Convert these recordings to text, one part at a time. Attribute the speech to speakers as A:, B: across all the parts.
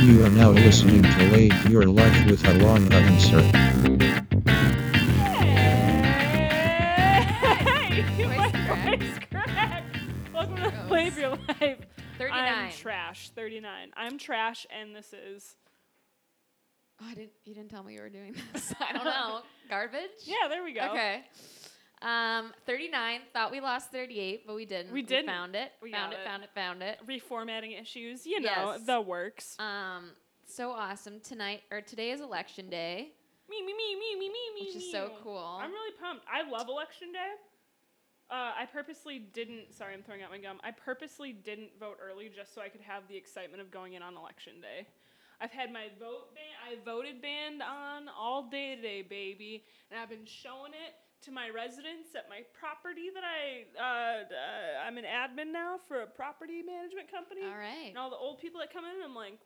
A: You are now listening to Live Your Life with Alon Answer.
B: Hey! My
C: crack.
B: voice cracked. Welcome to
C: Gross.
B: Live Your Life.
C: 39.
B: I'm trash. 39. I'm trash, and this is.
C: Oh, I didn't. You didn't tell me you were doing this. I don't know. Garbage.
B: Yeah, there we go.
C: Okay. Um, 39. Thought we lost 38, but we didn't.
B: We didn't.
C: found it.
B: We
C: found
B: got
C: it,
B: it.
C: Found it. Found it.
B: Reformatting issues, you know,
C: Yes.
B: the works.
C: Um, so awesome tonight or today is election day,
B: Me, me, me, me, me, me, me.
C: which is so
B: me.
C: cool.
B: I'm really pumped. I love election day. Uh, I purposely didn't. Sorry, I'm throwing out my gum. I purposely didn't vote early just so I could have the excitement of going in on election day. I've had my vote ban. I voted band on all day today, baby, and I've been showing it to my residents at my property that I uh, d- uh, I'm an admin now for a property management company.
C: All right.
B: And all the old people that come in, I'm like,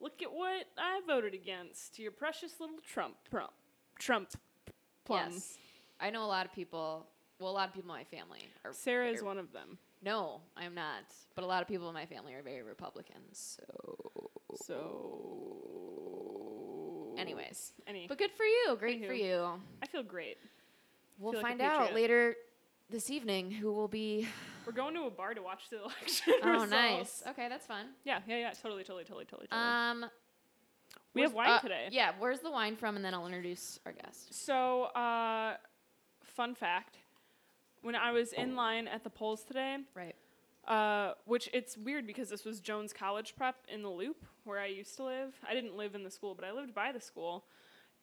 B: look at what I voted against. Your precious little Trump, Trump, Trump, plum.
C: Yes. I know a lot of people. Well, a lot of people in my family are.
B: Sarah is
C: very-
B: one of them.
C: No, I'm not. But a lot of people in my family are very Republican. So,
B: So,
C: anyways,
B: any,
C: but good for you. Great for
B: Anywho.
C: you.
B: I feel great.
C: We'll
B: Feel like a
C: find out
B: patriot.
C: later this evening who will be.
B: We're going to a bar to watch the election.
C: Oh,
B: results.
C: nice. Okay, that's fun.
B: Yeah, yeah, yeah. Totally, totally, totally, totally. totally.
C: Um,
B: we have
C: where's-
B: wine
C: uh,
B: today.
C: Yeah, where's the wine from, and then I'll introduce our guest.
B: So, uh, fun fact: when I was
C: Oh.
B: in line at the polls today,
C: Right.
B: uh, which it's weird because this was Jones College Prep in the Loop, where I used to live. I didn't live in the school, but I lived by the school.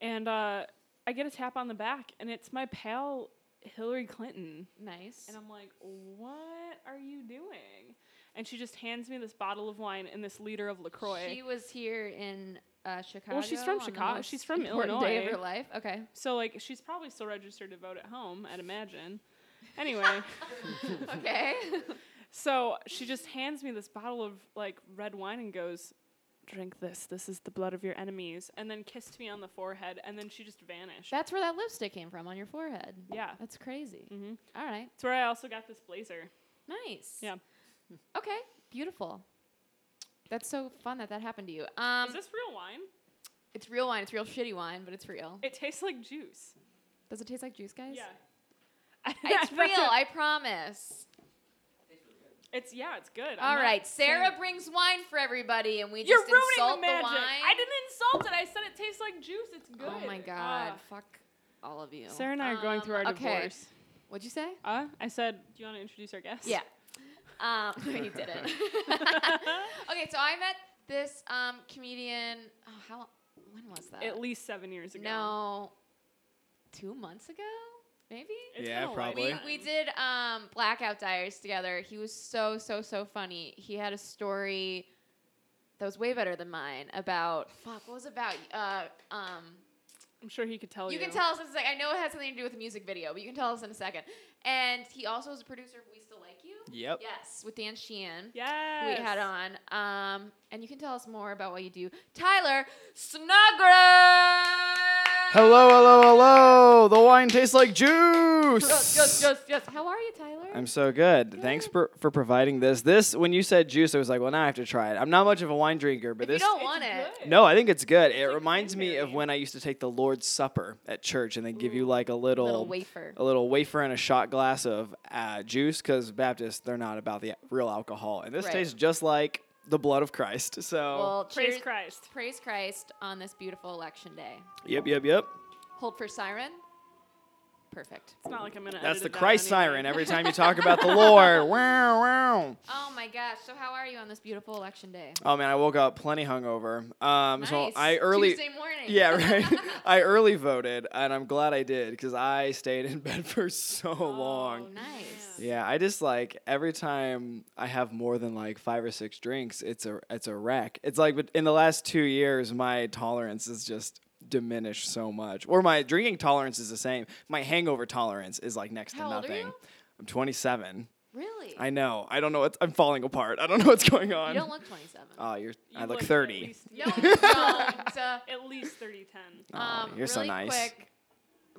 B: And uh, I get a tap on the back, and it's my pal Hillary Clinton.
C: Nice.
B: And I'm like, what are you doing? And she just hands me this bottle of wine and this liter of LaCroix.
C: She was here in uh, Chicago.
B: Well, she's from
C: on the
B: Chicago-
C: most
B: she's from
C: important Day of
B: Illinois.
C: her life. Okay.
B: so, like, she's probably still registered to vote at home, I'd imagine. Anyway,
C: okay.
B: so she just hands me this bottle of, like, red wine and goes, drink this. This is the blood of your enemies. And then kissed me on the forehead, and then she just vanished.
C: That's where that lipstick came from on your forehead.
B: yeah.
C: That's crazy.
B: Mhm.
C: All right.
B: That's where I also got this blazer.
C: Nice.
B: Yeah.
C: Okay. Beautiful. That's so fun that that happened to you. Um,
B: is this real wine?
C: it's real wine. It's real shitty wine, but it's real.
B: It tastes like juice.
C: Does it taste like juice, guys?
B: Yeah.
C: It's
B: I
C: real.
B: thought-
C: I promise.
B: It's yeah, it's good. I'm
C: All
B: not
C: right, Sarah
B: saying-
C: brings wine for everybody, and we
B: You're
C: just
B: ruining
C: insult
B: the magic.
C: wine.
B: I didn't insult it. I said it tastes like juice. It's good.
C: Oh my god! Fuck all of you.
B: Uh, Ah. Sarah and I are going through our
C: Um, okay.
B: divorce.
C: What'd you say?
B: Uh, I said, do you want to introduce our guest?
C: Yeah. Um, no, you didn't. okay, so I met this um, comedian. Oh, how? When was that?
B: At least seven years ago.
C: no, two months ago, maybe.
B: It's
D: Yeah,
B: been a long
D: probably.
B: time.
C: We did um, blackout diaries together. He was so so so funny. He had a story that was way better than mine about fuck. What was it about? Uh, um,
B: I'm sure he could tell you.
C: you can tell us. It's like I know it had something to do with the music video, but you can tell us in a second. And he also was a producer. of We still like you.
D: Yep.
C: Yes, with Dan Sheehan. who
B: Yes.
C: We had on, um, and you can tell us more about what you do, Tyler Snodgrass.
D: Hello, hello, hello. The wine tastes like
C: Yes,
D: juice.
C: yes, yes, yes. How are you, Tyler?
D: I'm so good. Thanks for, for providing this. This, when you said juice, I was like, well, now I have to try it. I'm not much of a wine drinker, but
C: if you
D: this.
C: don't
B: It's
C: want it,
B: good.
D: No, I think it's good. it
B: like
D: reminds me of
B: cranberry.
D: when I used to take the Lord's Supper at church, and they give you like a little,
C: little wafer.
D: a little wafer and a shot glass of uh, juice, because Baptists they're not about the real alcohol, and this
C: Right.
D: tastes just like the blood of Christ. So,
C: Well,
B: Praise
C: cheers-
B: Christ.
C: Praise Christ on this beautiful election day.
D: yep, yep, yep.
C: Hold for siren. Perfect.
B: It's not like I'm gonna.
D: That's
B: edit
D: the
B: it out
D: Christ
B: anyway.
D: siren every time you talk about the Lord. wow, wow.
C: Oh my gosh. So how are you on this beautiful election day?
D: Oh man, I woke up plenty hungover. Um, so
C: Nice.
D: I early,
C: Tuesday morning.
D: yeah, right. I early voted, and I'm glad I did because I stayed in bed for so long.
C: Oh, nice.
D: Yeah, I just like every time I have more than like five or six drinks, it's a it's a wreck. It's like but in the last two years, my tolerance has just diminished so much, or my drinking tolerance is the same. My hangover tolerance is like next
C: How
D: to
C: old are
D: nothing.
C: you?
D: I'm 27.
C: Really?
D: I know. I don't know. What's, I'm falling apart. I don't know what's going on.
C: you don't look 27.
D: Oh, you're.
B: You
D: I look
B: at
D: 30.
B: least-
C: no,
B: yeah,
C: you don't. Uh,
B: At least 30 10.
D: Oh,
C: um,
D: you're so
C: really
D: nice.
C: Quick,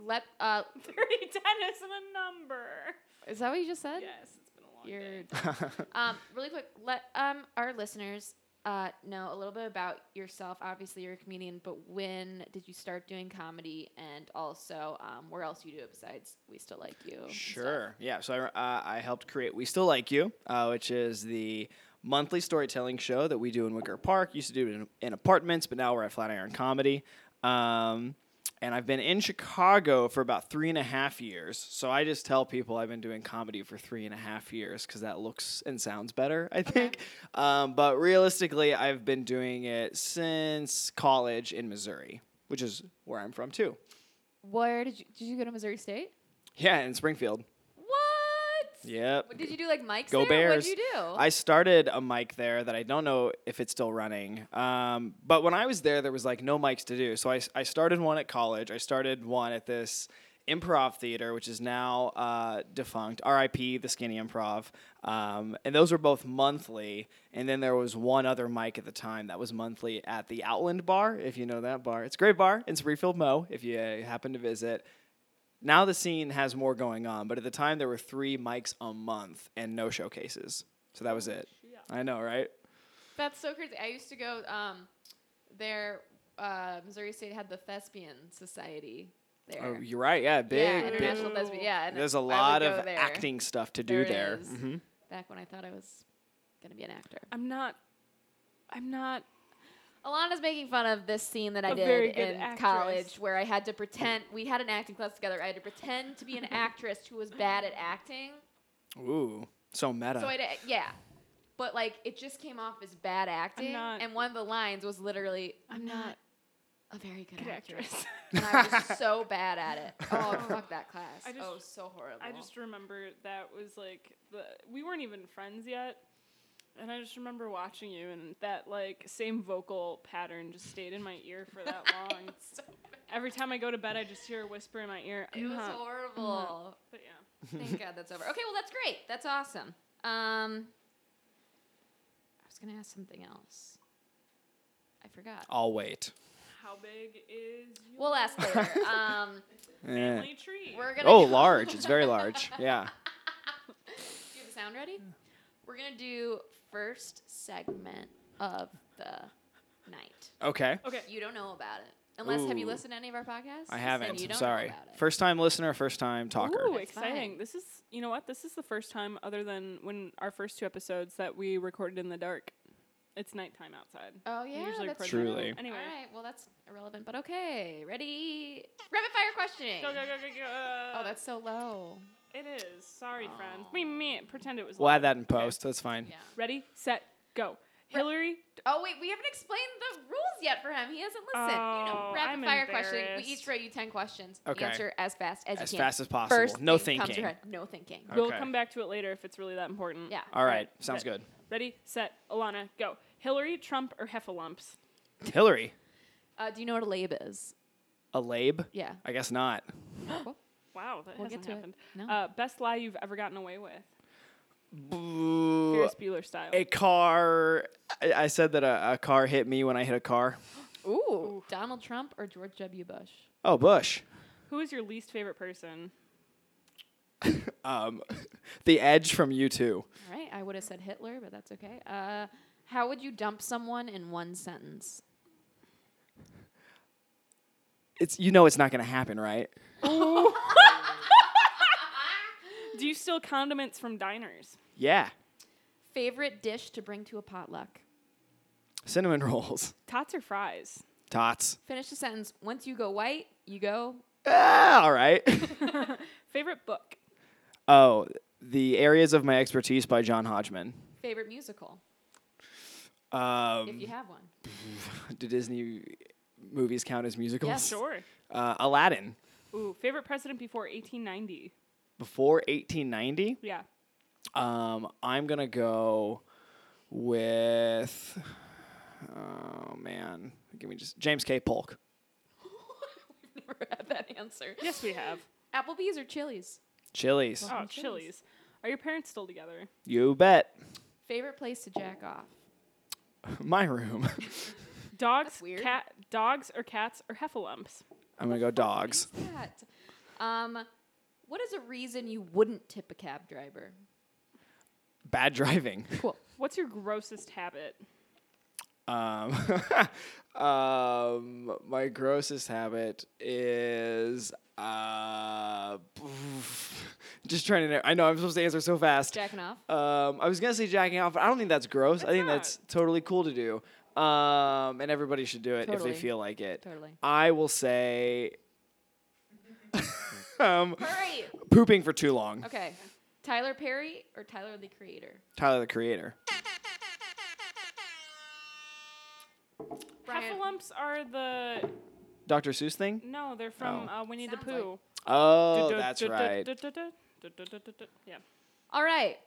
C: let. Uh,
B: 30 10 isn't a number.
C: is that what you just said?
B: Yes, it's been a long
C: You're.
B: day.
C: um, really quick, let um our listeners uh, know a little bit about yourself. Obviously, you're a comedian, but when did you start doing comedy, and also um, where else you do it besides We Still Like You? and stuff?
D: Sure. Yeah. So I, uh, I helped create We Still Like You, uh, which is the monthly storytelling show that we do in Wicker Park. Used to do it in, in apartments, but now we're at Flatiron Comedy. Um, and I've been in Chicago for about three and a half years. So I just tell people I've been doing comedy for three and a half years because that looks and sounds better, I think. Um, but realistically, I've been doing it since college in Missouri, which is where I'm from too.
C: Where did you did you go to Missouri State?
D: Yeah, in Springfield.
C: What?
D: Yep.
C: What, did you do like mics?
D: Go
C: there?
D: Bears.
C: What did you do?
D: I started a mic there that I don't know if it's still running. Um, but when I was there, there was like no mics to do. So I, I started one at college. I started one at this improv theater, which is now uh, defunct, RIP, the Skinny Improv. Um, and those were both monthly. And then there was one other mic at the time that was monthly at the Outland Bar, if you know that bar. It's a great bar. It's Springfield, Mo, if you uh, happen to visit now the scene has more going on, but at the time there were three mics a month and no showcases. So that was it. I know, right?
C: That's so crazy. I used to go um, there. Uh, Missouri State had the Thespian Society there.
D: Oh, you're right. Yeah, big.
C: yeah,
D: big-
C: international thespian. Yeah, and
D: There's
C: I
D: a
C: would
D: lot
C: go
D: of
C: there.
D: acting stuff to
C: There
D: do
C: it
D: there.
C: is.
D: Mhm.
C: Back when I thought I was gonna be an actor.
B: I'm not. I'm not.
C: Alana's making fun of this scene that I
B: A very
C: did
B: good
C: in
B: actress.
C: college where I had to pretend we had an acting class together. I had to pretend to be an actress who was bad at acting.
D: Ooh, so meta.
C: So I did, yeah. But like it just came off as bad acting
B: not-
C: and one of the lines was literally I'm not
B: not
C: a very good,
B: Good
C: actress.
B: actress.
C: and I was so bad at it. Oh fuck that class.
B: I just-
C: oh so horrible.
B: I just remember that was like the we weren't even friends yet, and I just remember watching you and that like same vocal pattern just stayed in my ear for that long.
C: so bad.
B: Every time I go to bed, I just hear a whisper in my ear.
C: It was
B: "Uh-huh."
C: horrible.
B: But yeah,
C: Thank God that's over. Okay, well that's great. That's awesome. Um, I was gonna ask something else. I forgot.
D: I'll wait.
B: how big is your
C: We'll ask later. Um,
D: Eh.
B: family tree?
C: we're gonna.
D: Oh,
C: do-
D: large. It's very large. Yeah.
C: Do you have the sound ready? We're gonna do first segment of the night.
D: Okay.
B: okay.
C: You don't know about it unless have you
D: Ooh.
C: listened to any of our podcasts?
D: I
C: Then
D: haven't.
C: you don't
D: I'm
C: know
D: sorry.
C: about it.
D: First time listener, first time talker.
B: Ooh,
C: That's
B: exciting!
C: fine.
B: This is you know what? This is the first time other than when our first two episodes that we recorded in the dark. It's nighttime outside.
C: Oh
B: We
C: yeah, that's
B: record in the
C: true.
B: dark.
D: Truly.
B: Anyway,
C: All right. Well, that's irrelevant, but okay. Ready? Rapid fire questioning.
B: go go go go go.
C: Oh, that's so low.
B: It is. Sorry, friend.
C: Oh.
B: Me, me. Pretend it was.
D: We'll
B: live.
D: add that in
B: Okay.
D: post. That's fine.
C: Yeah.
B: Ready, set, go.
C: Re-
B: Hillary.
C: Oh wait, we haven't explained the rules yet for him. He hasn't listened. you know,
B: Oh,
C: rapid
B: I'm
C: fire question. We
B: embarrassed.
C: each throw you ten questions.
D: Okay.
C: Answer as fast as,
D: As
C: you can.
D: fast as possible.
C: First
D: no
C: thing Comes to
D: thinking.
C: your head. No thinking.
D: Okay.
B: We'll come back to it later if it's really that important.
C: Yeah.
D: All right. Sounds good.
B: Ready, set, Alana, go. Hillary, Trump, or Heffalumps?
D: Hillary.
C: Uh, do you know what a lab is?
D: A labe?
C: Yeah.
D: I guess not.
B: Wow, that
C: We'll get
B: hasn't
C: to it.
B: happened.
C: No.
B: Uh, best lie you've ever gotten away with?
D: Boo.
B: Ferris Bueller style.
D: a car. I, I said that a, a car hit me when I hit a car.
C: Ooh. Donald Trump or George W. Bush?
D: Oh, Bush.
B: Who is your least favorite person?
D: Um, the Edge from U2.
C: All right. I would have said Hitler, but that's okay. Uh, how would you dump someone in one sentence?
D: It's you know it's not gonna happen, right?
B: Do you steal condiments from diners?
D: Yeah,
C: Favorite dish to bring to a potluck?
D: cinnamon rolls,
B: Tots or fries?
D: tots.
C: Finish the sentence. Once you go white, you go.
D: Ah, all right.
B: Favorite book?
D: oh, the areas of my expertise by John Hodgman.
C: Favorite musical, if
D: Um,
C: you have one.
D: do Disney movies count as musicals?
C: Yes.
B: Sure.
D: Uh, Aladdin
B: Ooh, favorite president before 1890?
D: before 1890.
B: Yeah.
D: Um, I'm gonna go with. Oh man, give me just James K. Polk.
C: We've never had that answer.
B: Yes, we have.
C: Applebee's or Chili's?
D: Chili's.
B: Oh,
C: Chili's.
B: Chili's. Are your parents still together?
D: You bet.
C: Favorite place to jack off?
D: My room.
B: Dogs,
C: That's weird.
B: cat, dogs or cats or heffalumps.
D: I'm gonna go dogs.
C: What's that? Um, what is a reason you wouldn't tip a cab driver?
D: Bad driving.
C: Cool.
B: What's your grossest habit?
D: Um, um, my grossest habit is uh, just trying to. I know I'm supposed to answer so fast.
C: Jacking off?
D: Um, I was gonna say jacking off, but I don't think that's gross. I think
B: not.
D: that's totally cool to do. Um, and everybody should do it
C: Totally.
D: if they feel like it.
C: Totally.
D: I will say um,
C: Hurry.
D: pooping for too long.
C: Okay. Tyler Perry or Tyler the Creator?
D: Tyler the Creator.
C: Brian-
B: Heffalumps are the
D: Dr. Seuss thing?
B: no, they're from
D: Oh.
B: uh, Winnie the
C: Sounds like-
B: Pooh.
D: Oh,
B: Du- du-
D: that's
B: du- du-
D: right.
B: du- du- du- du- du- du- du- Yeah.
C: All right.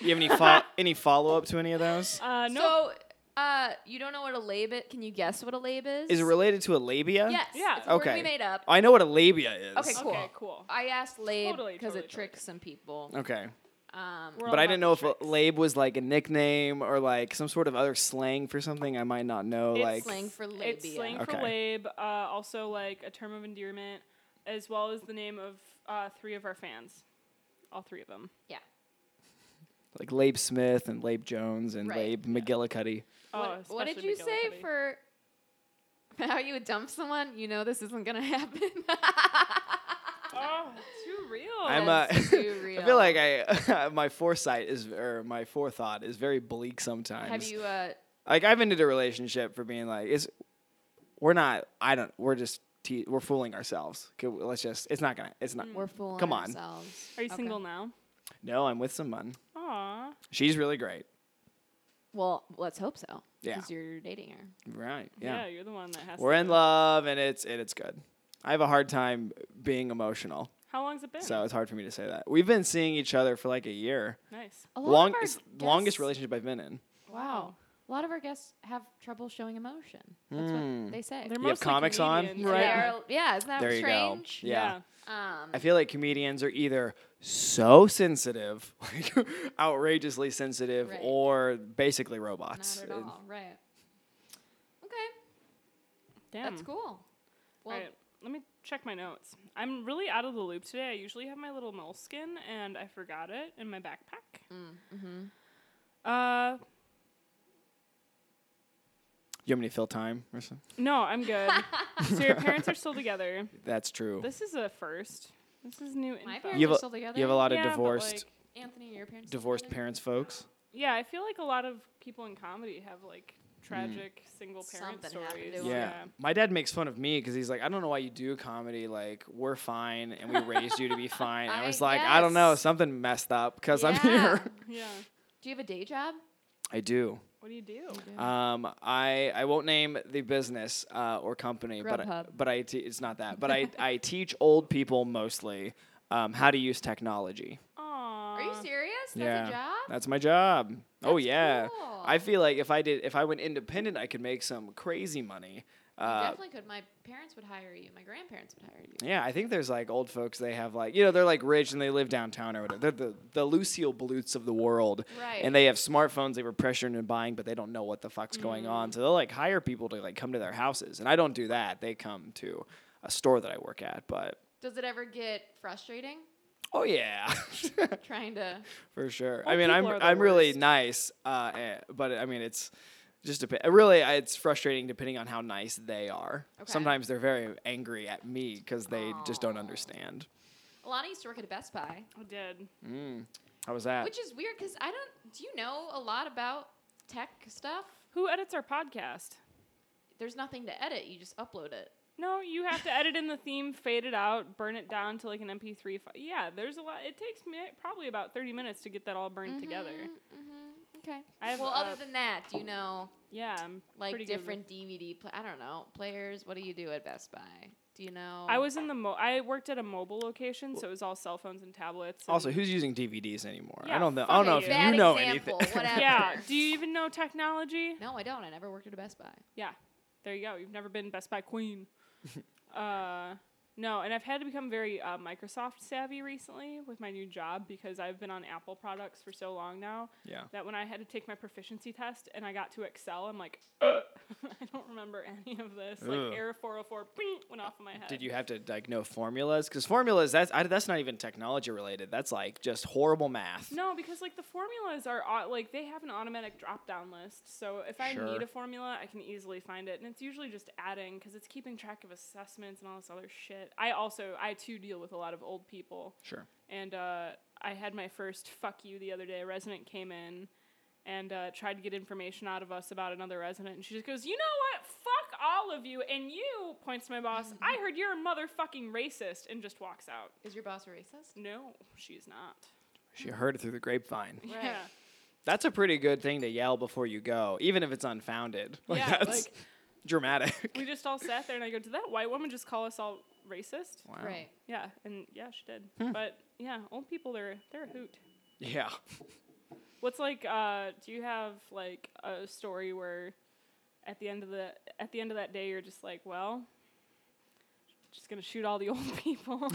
D: You have any fo- any follow up to any of those?
B: Uh, no.
C: So, uh, you don't know what a lab is? Can you guess what a lab is?
D: Is it related to a labia?
C: Yes.
B: Yeah.
C: It's a word
D: Okay.
C: we made up.
D: I know what a labia is.
C: Okay, cool.
B: okay, cool.
C: I asked lab because
B: Totally, totally,
C: it tricks some people.
D: Okay.
C: Um,
B: We're
D: But
B: all
D: I
B: about
D: didn't know
B: the
D: if a
B: tricks.
D: lab was like a nickname or like some sort of other slang for something I might not know.
B: It's
D: like
C: slang for labia.
B: It's slang for
D: Okay.
B: lab, uh, also like a term of endearment, as well as the name of uh, three of our fans, all three of them.
C: Yeah.
D: like Labe Smith and Labe Jones and
C: Right.
D: Labe McGillicuddy.
B: Oh,
C: what, what did
B: especially
C: you say
B: McGillicuddy.
C: for how you would dump someone? You know this isn't gonna happen.
B: Oh, too real.
D: I'm uh,
C: That's too
D: I
C: real.
D: feel like I my foresight is or my forethought is very bleak sometimes.
C: Have you? Uh,
D: like I've ended a relationship for being like it's we're not I don't we're just te- we're fooling ourselves. Okay, well, Let's just it's not gonna it's not
B: Mm-hmm.
C: we're fooling
D: Come on.
C: ourselves.
B: Are you
C: Okay.
B: single now?
D: no. I'm with someone.
B: Aw.
D: She's really great.
C: Well, let's hope so.
D: Yeah.
C: Because you're dating her.
D: Right.
B: Yeah.
D: Yeah.
B: you're the one that has.
D: We're
B: to
D: in
B: do it.
D: love and it's and it's good. I have a hard time being emotional,
B: How long's it been?
D: so it's hard for me to say that. We've been seeing each other for like a year.
B: nice.
C: A lot
D: Long
C: of our
D: it's the longest
C: guests-
D: relationship I've been in.
C: Wow. A lot of our guests have trouble showing emotion. That's what they say.
B: They're
D: You have
B: mostly
D: comics on,
B: comedians,
C: They
D: Hmm. right?
B: Yeah.
C: are- yeah, isn't that
D: There you go.
C: strange?
D: Yeah.
C: Um,
D: I feel like comedians are either so sensitive, like outrageously sensitive,
C: Right.
D: or basically
C: not
D: robots.
C: at
D: Uh,
C: all. Right. Okay.
B: Damn.
C: That's cool. Well,
B: All right, let me check my notes. I'm really out of the loop today. I usually have my little moleskin, and I forgot it in my backpack.
C: Mm, mm-hmm.
B: Uh,
D: You want me to fill time or something?
B: no, I'm good. so your parents are still together.
D: That's true.
B: This is a first. This is new.
C: My
B: info.
C: parents-
D: you, have
C: They're
D: a,
C: still together?
D: you have a lot
B: Yeah,
D: of
B: but,
D: divorced
B: like,
C: Anthony, your parents.
D: divorced parents, folks.
B: yeah, I feel like a lot of people in comedy have like tragic single parent
C: Something happened
B: stories.
C: to 'em.
D: Mm. Yeah. My dad makes fun of me because he's like, I don't know why you do comedy. Like, we're fine and we raised you to be fine. I,
C: I-
D: was like, I don't know.
C: yes.
D: Something messed up because I'm
C: Yeah.
D: here.
B: Yeah.
C: Do you have a day job?
D: I do.
B: What do you do?
D: Um, I I won't name the business uh, or company, but I,
C: Grubhub.
D: but I te- it's not that. But I I teach old people mostly um, how to use technology.
B: Aww.
C: Are
B: Uh,
C: you serious? That's a job?
D: that's my job. oh
C: That's
D: yeah,
C: cool.
D: I feel like if I did if I went independent, I could make some crazy money.
C: you
D: Uh,
C: definitely could. My parents would hire you. My grandparents would hire you.
D: yeah, I think there's like old folks. They have like you know they're like rich and they live downtown or whatever. They're the the Lucille Blutes of the world,
C: Right.
D: And they have smartphones they were pressured into buying, but they don't know what the fuck's going
C: Mm.
D: on. So they'll like hire people to like come to their houses, and I don't do that. They come to a store that I work at, but
C: Does it ever get frustrating
D: oh yeah.
C: trying to?
D: For sure. I
B: Old
D: mean, I'm
B: people are the
D: I'm really
B: worst.
D: nice, uh, eh, but I mean, it's just depe- really I- it's frustrating depending on how nice they are.
C: Okay.
D: Sometimes they're very angry at me because they just don't
C: Aw.
D: understand.
C: Alana used to work at a Best Buy,
B: I did.
D: Mm. How was that?
C: which is weird because I don't. Do you know a lot about tech stuff?
B: Who edits our podcast?
C: There's nothing to edit. You just upload it.
B: No, you have to edit in the theme, fade it out, burn it down to like an MP3. Fi- yeah, there's a lot. It takes me probably about 30 minutes to get that all burned together.
C: Mm-hmm. Okay.
B: I have,
C: well,
B: uh,
C: other than that, do you know
B: Yeah, I'm
C: like
B: pretty good with-
C: different DVD? Pla- I don't know players. What do you do at Best Buy? Do you know?
B: I was in the mo. I worked at a mobile location, so it was all cell phones and tablets. and-
D: also, who's using DVDs anymore? I
B: Yeah,
D: don't know. I don't know if
B: fucking
C: bad
D: you know
C: example,
D: anything.
C: whatever.
B: yeah. Do you even know technology?
C: No, I don't. I never worked at a Best Buy.
B: Yeah. There you go. You've never been Best Buy Queen. uh, No, and I've had to become very uh, Microsoft savvy recently with my new job because I've been on Apple products for so long now
D: Yeah.
B: that when I had to take my proficiency test and I got to Excel, I'm like, "Ugh, I don't remember any of this.
D: Ugh.
B: Like error 404 bing, went off in my head.
D: Did you have to like know formulas? Because formulas that's I, that's not even technology related. That's like just horrible math.
B: No, because like the formulas are au- like they have an automatic drop down list. So if I
D: Sure.
B: need a formula, I can easily find it, and it's usually just adding because it's keeping track of assessments and all this other shit. I also I too deal with a lot of old people,
D: Sure.
B: and uh, I had my first fuck you the other day. A resident came in and uh, tried to get information out of us about another resident, and she just goes, "You know what? Fuck all of you!" And you points to my boss. I heard you're a motherfucking racist, and just walks out.
C: Is your boss a racist?
B: No, she's not.
D: She heard it through the grapevine.
C: Right.
B: Yeah.
D: That's a pretty good thing to yell before you go, even if it's unfounded. Like
B: Yeah,
D: that's
B: like-
D: dramatic.
B: we just all sat there and I go, Did that white woman just call us all racist?
D: Wow.
C: Right.
B: Yeah, and yeah, she did. But yeah, old people they're they're a hoot.
D: Yeah.
B: What's like uh do you have like a story where at the end of the at the end of that day you're just like, Well, just gonna shoot all the old people.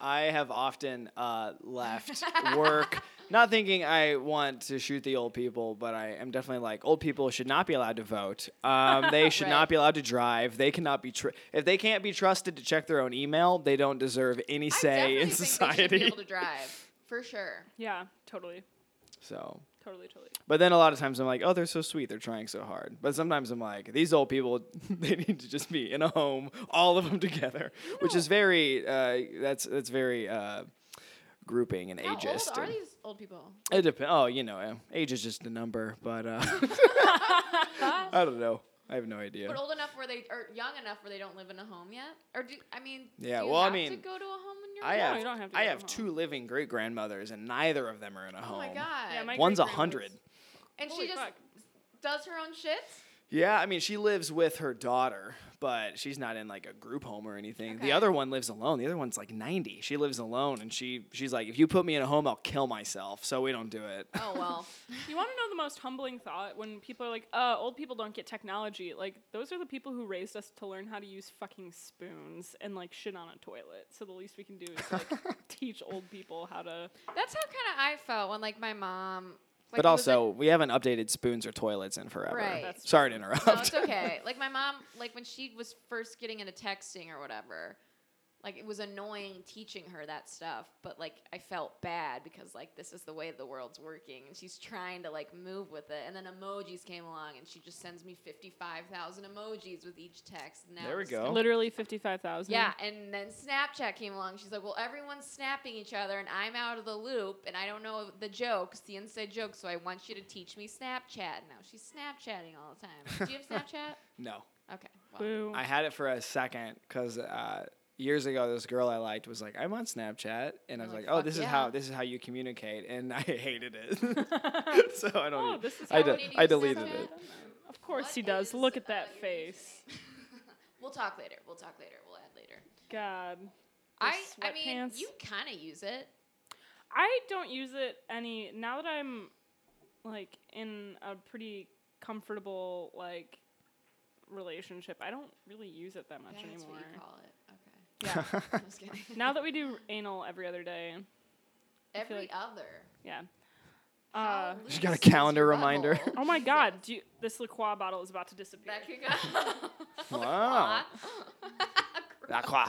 D: I have often uh, left work not thinking I want to shoot the old people, but I am definitely like old people should not be allowed to vote. Um, they should
C: Right.
D: not be allowed to drive. They cannot be tr- if they can't be trusted to check their own email. They don't deserve any
C: I
D: say
C: definitely
D: in
C: think They should be
D: society.
C: able to drive for sure.
B: yeah, totally.
D: So,
B: Totally, totally.
D: but then a lot of times I'm like, oh, they're so sweet. They're trying so hard. But sometimes I'm like, these old people, they need to just be in a home, all of them together, which is very uh, that's that's very. Uh, grouping and
C: How
D: ageist
C: old are
D: and-
C: these old people?
D: It depends. Oh, you know, eh, age is just a number, but uh, I don't know. I have no idea.
C: But old enough where they are young enough where they don't live in a home yet, or do I mean?
D: Yeah,
C: Do you
D: well, I
C: have to
D: mean,
C: go to a home when you're
D: I
C: young?
D: have,
B: you don't have to
D: I
B: go
D: have
B: home.
D: two living great grandmothers, and neither of them are in a home.
C: Oh my god.
B: Yeah, my
D: One's a
B: great-grandmas.
D: hundred.
C: and
B: Holy
C: she just
B: fuck.
C: does her own shit.
D: Yeah, I mean, she lives with her daughter, but she's not in like a group home or anything.
C: Okay.
D: The other one lives alone. The other one's like ninety. She lives alone, and she she's like, if you put me in a home, I'll kill myself. So we don't do it.
C: Oh well.
B: You want to know the most humbling thought when people are like, uh, old people don't get technology. Like, those are the people who raised us to learn how to use fucking spoons and, like, shit on a toilet. So the least we can do is, like, teach old people how to.
C: That's how kind of I felt when like my mom. Like,
D: but
C: was, like-
D: also, we haven't updated spoons or toilets in forever.
C: Right.
B: That's
D: Sorry to interrupt.
C: No, it's okay. Like my mom, like when she was first getting into texting or whatever, like it was annoying teaching her that stuff, but like I felt bad because like this is the way the world's working and she's trying to like move with it. And then emojis came along and she just sends me 55,000 emojis with each text. Now
D: There we
C: it's-
D: go.
B: Literally 55,000.
C: Yeah, and then Snapchat came along. She's like, "Well, everyone's snapping each other, and I'm out of the loop, and I don't know the jokes, the inside jokes. So I want you to teach me Snapchat." Now she's Snapchatting all the time. Do you have Snapchat?
D: no.
C: Okay. Well,
B: Boo.
D: I had it for a second because uh, years ago, this girl I liked was like, "I'm on Snapchat," and I was
C: You're
D: like,
C: like,
D: "Oh,
C: "Fuck
D: this is
C: yeah."
D: how this is how you communicate," and I hated it. so I don't.
B: Oh,
D: even-
B: this is
D: I,
C: how
D: de-
C: we
D: I
C: use
D: deleted
C: Snapchat?
D: it.
B: of course
C: What
B: he does.
C: is,
B: Look at
C: uh,
B: that
C: your
B: face.
C: username? we'll talk later. We'll talk later. We'll add later.
B: God.
C: I, I
B: sweatpants.
C: mean, you kind of use it.
B: I don't use it any. Now that I'm, like, in a pretty comfortable, like, relationship, I don't really use it that much
C: That's
B: anymore.
C: what you call it. Okay. I'm just kidding.
B: now that we do anal every other day,
C: Every
B: like-
C: other.
B: yeah.
C: How
B: Uh,
C: loose
D: She's got a
C: is your
D: calendar reminder.
C: butthole?
B: oh my God, do you, this LaCroix bottle is about to disappear.
C: That could go.
B: Oh.
D: Wow. Ah, qua.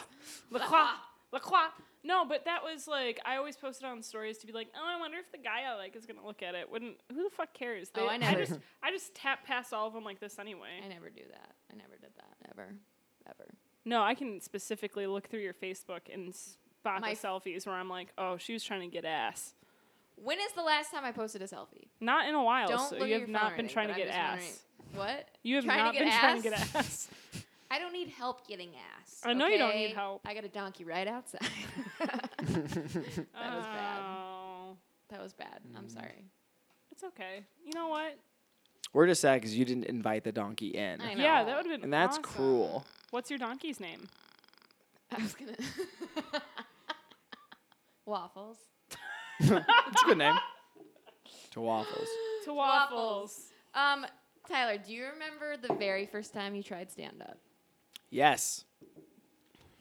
B: LaCroix, LaCroix. No, but that was like I always posted on stories to be like, oh, I wonder if the guy I like is gonna look at it. Wouldn't who the fuck cares?
C: Oh, I
B: I
C: never-
B: just I just tap past all of them like this anyway.
C: I never do that. I never did that. Ever. Ever.
B: No, I can specifically look through your Facebook and spot
C: My
B: the
C: f-
B: selfies where I'm like, oh, she was trying to get ass.
C: When is the last time I posted a selfie?
B: Not in a while,
C: Don't
B: Oh, so
C: look
B: you
C: at
B: have
C: your phone
B: not
C: or
B: been
C: anything,
B: trying to
C: but
B: get
C: I'm
B: ass.
C: just wondering- What?
B: You have
C: Trying to
B: not
C: get
B: been trying to
C: ass?
B: get ass.
C: I don't need help getting ass.
B: I know you don't need
C: okay?
B: help.
C: I got a donkey right outside. That was bad.
B: Oh,
C: that was bad. I'm
B: Mm.
C: sorry.
B: It's okay. You know what?
D: We're just sad because you didn't invite the donkey in,
C: I know.
B: Yeah, that would have been
D: and that's
B: awesome.
D: cruel.
B: What's your donkey's name?
C: I was gonna waffles.
D: It's a good name. to waffles.
B: To
C: Waffles.
B: waffles.
C: Um, Tyler, do you remember the very first time you tried stand up?
D: Yes.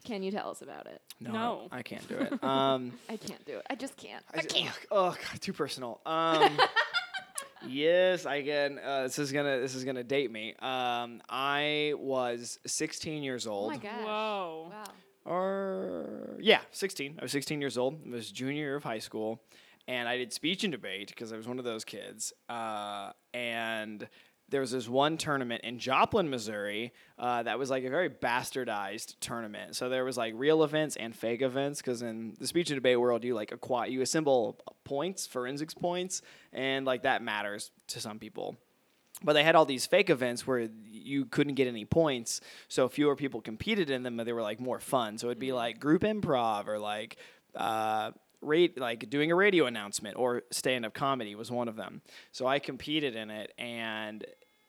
C: Can you tell us about it?
D: No,
B: No.
D: I, I can't do it. Um,
C: I can't do it. I just can't.
D: I can't. Oh, God, too personal. Um, yes, I can. Uh, this is gonna this is gonna date me. Um, I was 16 years
C: Oh
D: old.
C: my gosh.
B: Whoa.
C: Wow.
D: Or yeah, 16. I was 16 years old. It was junior year of high school, and I did speech and debate because I was one of those kids. Uh, and there was this one tournament in Joplin, Missouri, uh, that was like a very bastardized tournament. So there was like real events and fake events because in the speech and debate world, you like acquire you assemble points, forensics points, and like that matters to some people but they had all these fake events where you couldn't get any points so fewer people competed in them but they were like more fun so it'd be like group improv or like uh rate like doing a radio announcement or stand-up comedy was one of them so i competed in it and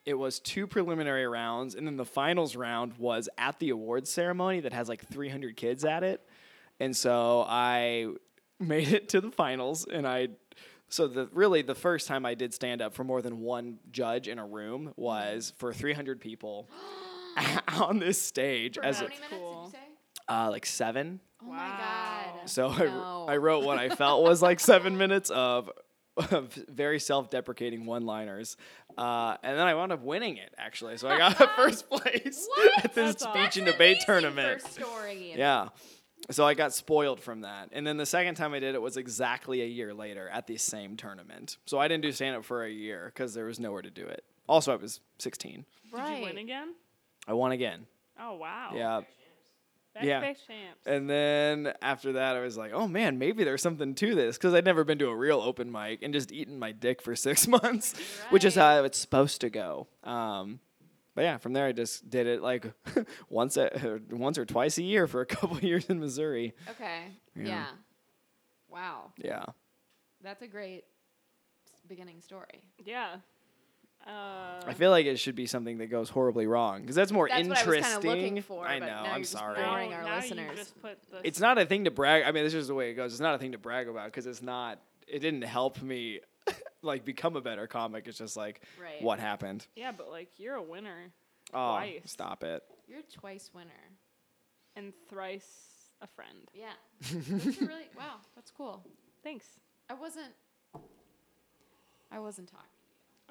D: it was two preliminary rounds and then the finals round was at the awards ceremony that has like 300 kids at it and so I made it to the finals and I so the really the first time I did stand up for more than one judge in a room was for 300 people on this stage
B: For
D: as
C: How
D: a,
C: many
B: That's
C: minutes did
B: cool.
C: you say?
D: uh, like 7
C: Oh
B: Wow.
C: my god.
D: so
C: No.
D: I, I wrote what I felt was like seven minutes of, of very self deprecating one liners. Uh, and then I wound up winning it, actually. So I got first place
C: What?
D: at this
B: That's
D: speech
B: awesome.
D: and debate
C: Amazing
D: tournament.
C: first story.
D: Yeah. So I got spoiled from that. And then the second time I did it was exactly a year later at the same tournament. So I didn't do stand up for a year because there was nowhere to do it. Also, I was 16.
B: Did you
C: Right.
B: win again?
D: I won again.
B: Oh wow.
D: Yeah.
B: Back
D: yeah. Uh,
B: to back champs.
D: And then after that, I was like, oh man, maybe there's something to this because I'd never been to a real open mic and just eaten my dick for six months, which is
C: Right.
D: how it's supposed to go. Um, but yeah, from there I just did it like once, a, once or twice a year for a couple years in Missouri.
C: Okay.
D: Yeah.
C: Yeah. Wow.
D: Yeah.
C: That's a great s- beginning story.
B: Yeah. Uh,
D: I feel like it should be something that goes horribly wrong because that's more
C: That's what I was
D: interesting.
C: kinda looking for,
D: I
C: but
D: know.
C: now
D: I'm
C: you're just
D: sorry.
C: boring.
B: now
C: our
B: you
C: listeners.
B: just put the
D: It's not a thing to brag. I mean, this is the way it goes. It's not a thing to brag about because it's not. It didn't help me like become a better comic. It's just like
C: Right.
D: what happened.
B: yeah, but like you're a winner
D: Oh,
B: Twice.
D: stop it.
C: You're a twice winner.
B: and thrice a friend.
C: Yeah. That's a really wow. That's cool.
B: Thanks.
C: I wasn't. I wasn't talking.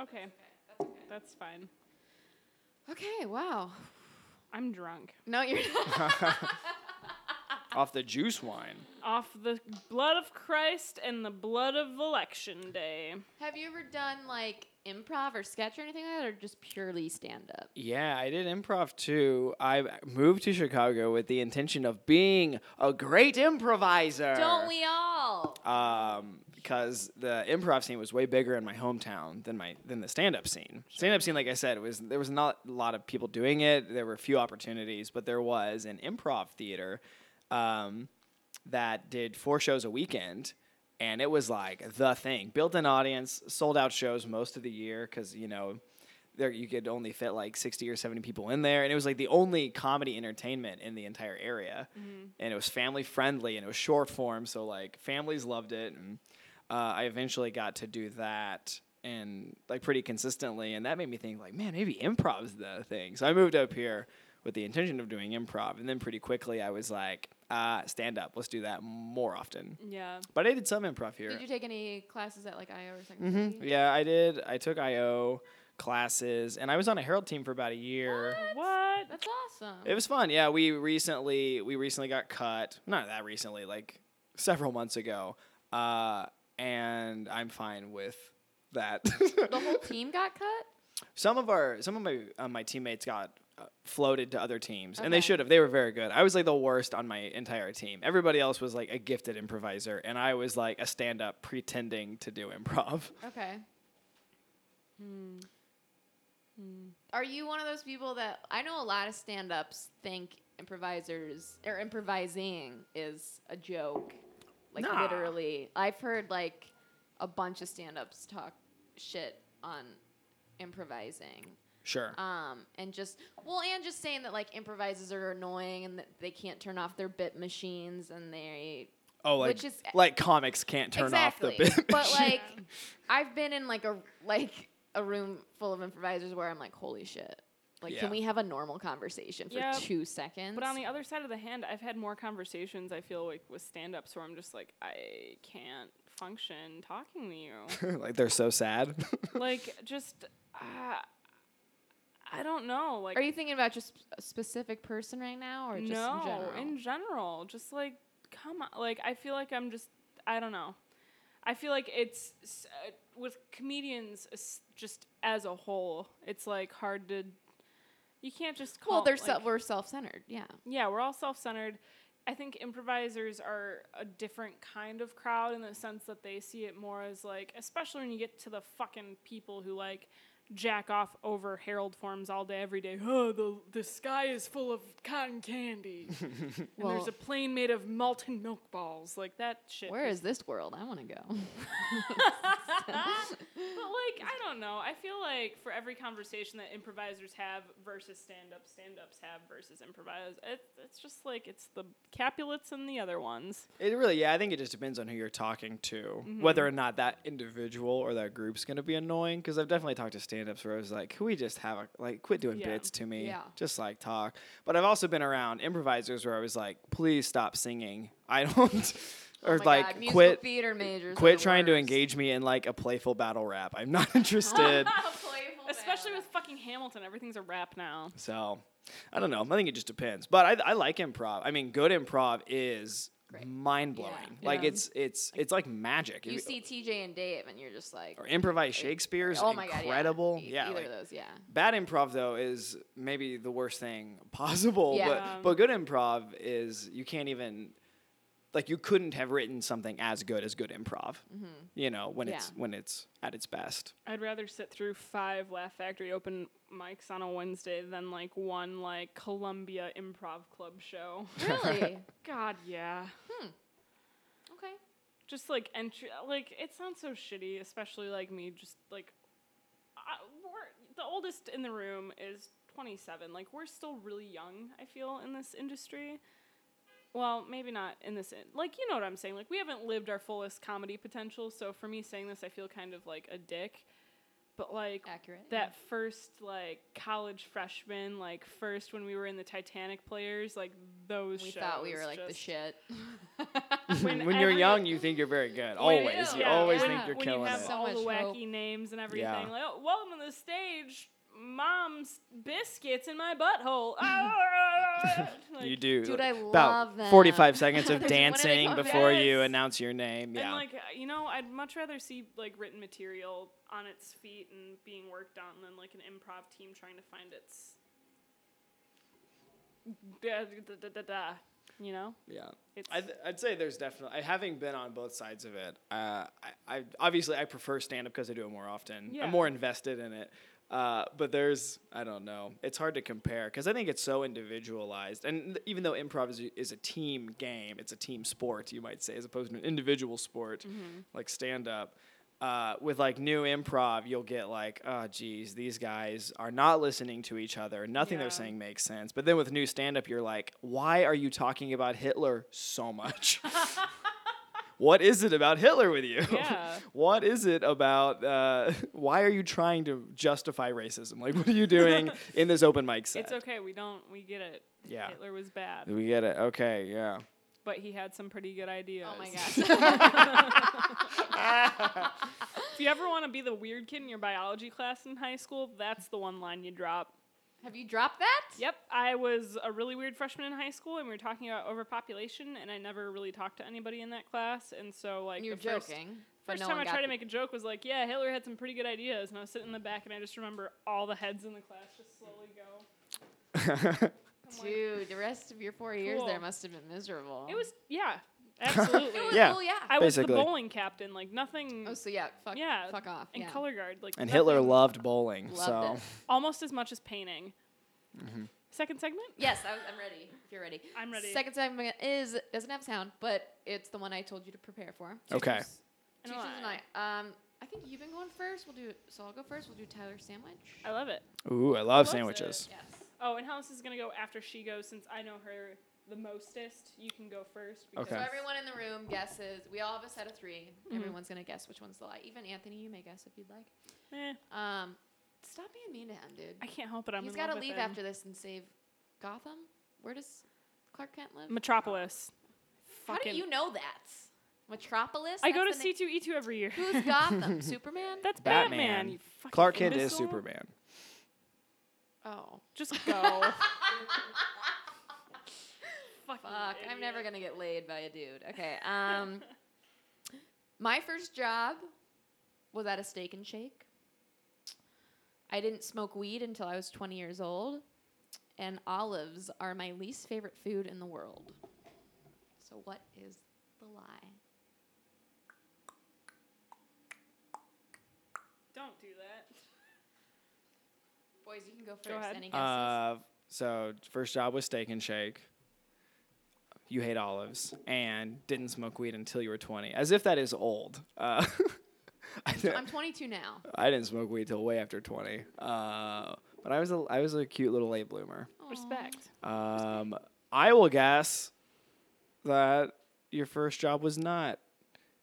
B: Okay,
C: That's okay.
B: that's fine.
C: Okay. Wow.
B: I'm drunk
C: No, you're not.
D: Off the juice wine.
B: off the blood of Christ and the blood of election day.
C: Have you ever done like improv or sketch or anything like that, or just purely stand up?
D: Yeah, I did improv too. I moved to Chicago with the intention of being a great improviser.
C: Don't we all?
D: um, because the improv scene was way bigger in my hometown than my than the stand up scene. Stand up scene, like I said, was there was not a lot of people doing it. There were few opportunities, but there was an improv theater um, that did four shows a weekend. And it was like the thing. Built an audience, sold out shows most of the year because, you know, there you could only fit like 60 or 70 people in there and it was like the only comedy entertainment in the entire area and it was family friendly and it was short form so like families loved it and uh, i eventually got to do that and like pretty consistently and that made me think like man maybe improv's the thing so i moved up here with the intention of doing improv and then pretty quickly i was like uh, stand up let's do that more often
B: Yeah.
D: but i did some improv here
C: Mm-hmm. Did you take any classes at like IO or something?
D: Mhm. Yeah, I did. I took IO classes, and I was on a Herald team for about a year.
B: What?
C: That's awesome.
D: It was fun. Yeah, we recently we recently got cut. Not that recently, like several months ago. Uh, and I'm fine with that.
C: the whole team got cut.
D: some of our some of my uh, my teammates got uh, floated to other teams, and they
C: Okay.
D: should have. They were very good. I was like the worst on my entire team. Everybody else was like a gifted improviser, and I was like a stand up pretending to do improv.
C: Okay. Hmm. Are you one of those people that I know a lot of stand ups think improvisers or improvising is a joke? Like
D: Nah.
C: literally. I've heard like a bunch of stand ups talk shit on improvising.
D: Sure.
C: Um, and just well, and just saying that like improvisers are annoying and that they can't turn off their bit machines and they
D: Oh, like
C: Which is-
D: like comics can't turn
C: exactly.
D: off the bit.
C: But like, I've been in like a like a room full of improvisers where I'm like, holy shit, Like,
D: Yeah.
C: can we have a normal conversation for
B: Yep.
C: two seconds?
B: But on the other side of the hand, I've had more conversations I feel like with stand ups where I'm just like, I can't function talking to you.
D: like they're so sad.
B: like, just, uh, I don't know. Like,
C: Are you thinking about just a specific person right now, or just
B: no,
C: in general?
B: general, just like, come on. Like, I feel like I'm just, I don't know. I feel like it's s- uh, with comedians es- just as a whole, it's like hard to. You can't just call.
C: well, they're
B: like,
C: self, we're self-centered. Yeah.
B: yeah, we're all self centered. I think improvisers are a different kind of crowd in the sense that they see it more as like, especially when you get to the fucking people who like jack off over Herald forms all day, every day. Oh, the, the sky is full of cotton candy. and
C: Well-
B: there's a plane made of molten milk balls. Like that shit.
C: Where
B: is
C: is this world? I want to go.
B: But like, I don't know. I feel like for every conversation that improvisers have versus stand-up, stand-ups have versus improvisers, it, it's just like it's the Capulets and the other ones.
D: It really, yeah, I think it just depends on who you're talking to,
C: Mm-hmm.
D: whether or not that individual or that group's gonna be annoying. Because I've definitely talked to stand-ups where I was like, "Can we just have a like, quit doing
B: Yeah.
D: bits to me,
C: Yeah.
D: just like talk." But I've also been around improvisers where I was like, "Please stop singing. I don't," or
C: Oh my
D: like,
C: God, musical
D: "Quit,
C: theater majors. are
D: quit
C: the
D: trying to
C: worst.
D: engage me in like a playful battle rap. I'm not interested."
B: Oh, Especially with fucking Hamilton, everything's a rap now.
D: So I don't know. I think it just depends. But I, I like improv. I mean, good improv is
C: Great.
D: mind blowing.
C: Yeah.
D: Like
B: Yeah.
D: it's it's it's like magic.
C: you
D: If-
C: see TJ and Dave, and you're just like,
D: or improvise Shakespeare's
C: oh my god,
D: incredible.
C: Yeah, E-
D: yeah,
C: either
D: like,
C: of those. Yeah.
D: bad improv though is maybe the worst thing possible.
C: Yeah.
B: Um,
D: But but good improv is you can't even like you couldn't have written something as good as good improv. You know when it's
C: Mm-hmm. Yeah.
D: when it's at its best.
B: I'd rather sit through five Laugh Factory open mics on a Wednesday than like one like Columbia Improv Club show.
C: Really?
B: God, yeah.
C: okay.
B: just like entry like it sounds so shitty especially like me just like I, we're the oldest in the room is 27 like we're still really young i feel in this industry well maybe not in this in- like you know what i'm saying like we haven't lived our fullest comedy potential so for me saying this i feel kind of like a dick but like
C: Accurate.
B: that first like college freshman like first when we were in the titanic players like those
C: yeah. we
B: shows
C: thought we were like the
B: just-
C: shit.
D: When,
B: Uh, When
D: you're
B: every-
D: young, you think you're very good. Always,
C: do,
D: you
C: yeah.
D: always
C: Yeah.
D: think you're
B: when
D: killing
B: you have
D: it.
C: So
B: all the
C: much
B: wacky
C: hope.
B: names and everything.
D: Yeah.
B: Like, oh, welcome to the stage, mom's biscuits in my butthole. Ah! Like-
D: you do.
C: Dude, I
D: about
C: love them.
D: 45 seconds
C: They're
D: of
C: just- when are they
D: dancing
C: coming
D: before
B: back?
D: you
B: Yes.
D: announce your name. Yeah.
B: And like uh, you know, I'd much rather see like written material on its feet and being worked on than like an improv team trying to find its. Da, da, da, da, da, you know,
D: yeah.
B: it's
D: I th- I'd say there's definitely, having been on both sides of it, uh, I, I obviously I prefer stand up because I do it more often.
B: Yeah.
D: I'm more invested in it. Uh, but there's, I don't know, it's hard to compare because I think it's so individualized. And th- even though improv is, is a team game, it's a team sport, you might say, as opposed to an individual sport
B: Mm-hmm.
D: like stand up. Uh, with like new improv, you'll get like, oh, geez, these guys are not listening to each other. Nothing
B: Yeah.
D: they're saying makes sense. But then with new stand up, you're like, why are you talking about Hitler so much? what is it about Hitler with you?
B: Yeah.
D: what is it about? Uh, why are you trying to justify racism? Like, what are you doing in this open mic set?
B: it's okay. We don't. We get it.
D: Yeah.
B: Hitler was bad,
D: We get it. Okay, yeah.
B: but he had some pretty good ideas.
C: oh my gosh.
B: If you ever want to be the weird kid in your biology class in high school, that's the one line you drop.
C: have you dropped that?
B: Yep, I was a really weird freshman in high school, and we were talking about overpopulation, and I never really talked to anybody in that class. And so, like,
C: And You're
B: the first,
C: joking. but
B: First
C: no
B: time
C: one
B: I
C: got
B: tried to
C: the-
B: make a joke was like, "Yeah, Hitler had some pretty good ideas," and I was sitting in the back, and I just remember all the heads in the class just slowly go. I'm like,
C: Dude, the rest of your four years
B: Cool.
C: there must have been miserable.
B: It was yeah, absolutely.
C: It was
D: Yeah.
C: cool, yeah.
B: I was the
D: Basically.
B: bowling captain, like nothing.
C: oh, so yeah. Fuck.
B: yeah,
C: Fuck off.
B: and
C: yeah.
B: color guard, like
D: and Hitler
B: nothing-
D: loved bowling.
C: Loved
D: so
C: it.
B: almost as much as painting.
D: Mm-hmm.
B: Second segment.
C: Yes, I was, I'm ready. If you're ready.
B: I'm ready.
C: Second time is doesn't have sound, but it's the one I told you to prepare for.
D: Okay.
C: Teachers-
B: And a
C: Teachers and I.
B: lie.
C: Um, I think you've been going first. We'll do. So I'll go first. We'll do Tyler sandwich.
B: I love it.
D: Ooh, I love
B: Loves it.
D: sandwiches.
C: Yes.
B: Oh, and Helens is gonna go after she goes since I know her the mostest. You can go first. because-
D: Okay.
C: So everyone in the room guesses. We all have a set
B: Mm-hmm.
C: of 3 Everyone's gonna guess which one's the lie. Even Anthony, you may guess if you'd like.
B: Eh,
C: Um, Stop being mean to him, dude.
B: I can't help it. I'm
C: He's
B: got to
C: leave after this and save Gotham. Where does Clark Kent live?
B: Metropolis.
C: How do
B: fucking-
C: you know that? Metropolis.
B: I go to
C: That's the
B: C two E two every year.
C: na- Who's Gotham? Superman.
B: That's Batman.
D: Batman.
B: you fucking
D: Clark Kent is
B: imbecile.
D: Superman.
C: Oh.
B: Just go. Fucking
C: Fuck, I'm never
B: idiot.
C: gonna get laid by a dude. Okay. Um, my first job was at a steak and shake. I didn't smoke weed until I was 20 years old, and olives are my least favorite food in the world. So what is the lie?
B: Don't do that.
C: Boys, you can go first.
B: ahead.
C: Any guesses?
D: Uh, so first job was Steak and Shake. You hate olives and didn't smoke weed until you were 20, as if that is old. Uh, I, don't-
C: I'm 22 now.
D: I didn't smoke weed till way after 20. Uh, but I was a I was a cute little late bloomer.
B: Respect.
D: Um, I will guess that your first job was not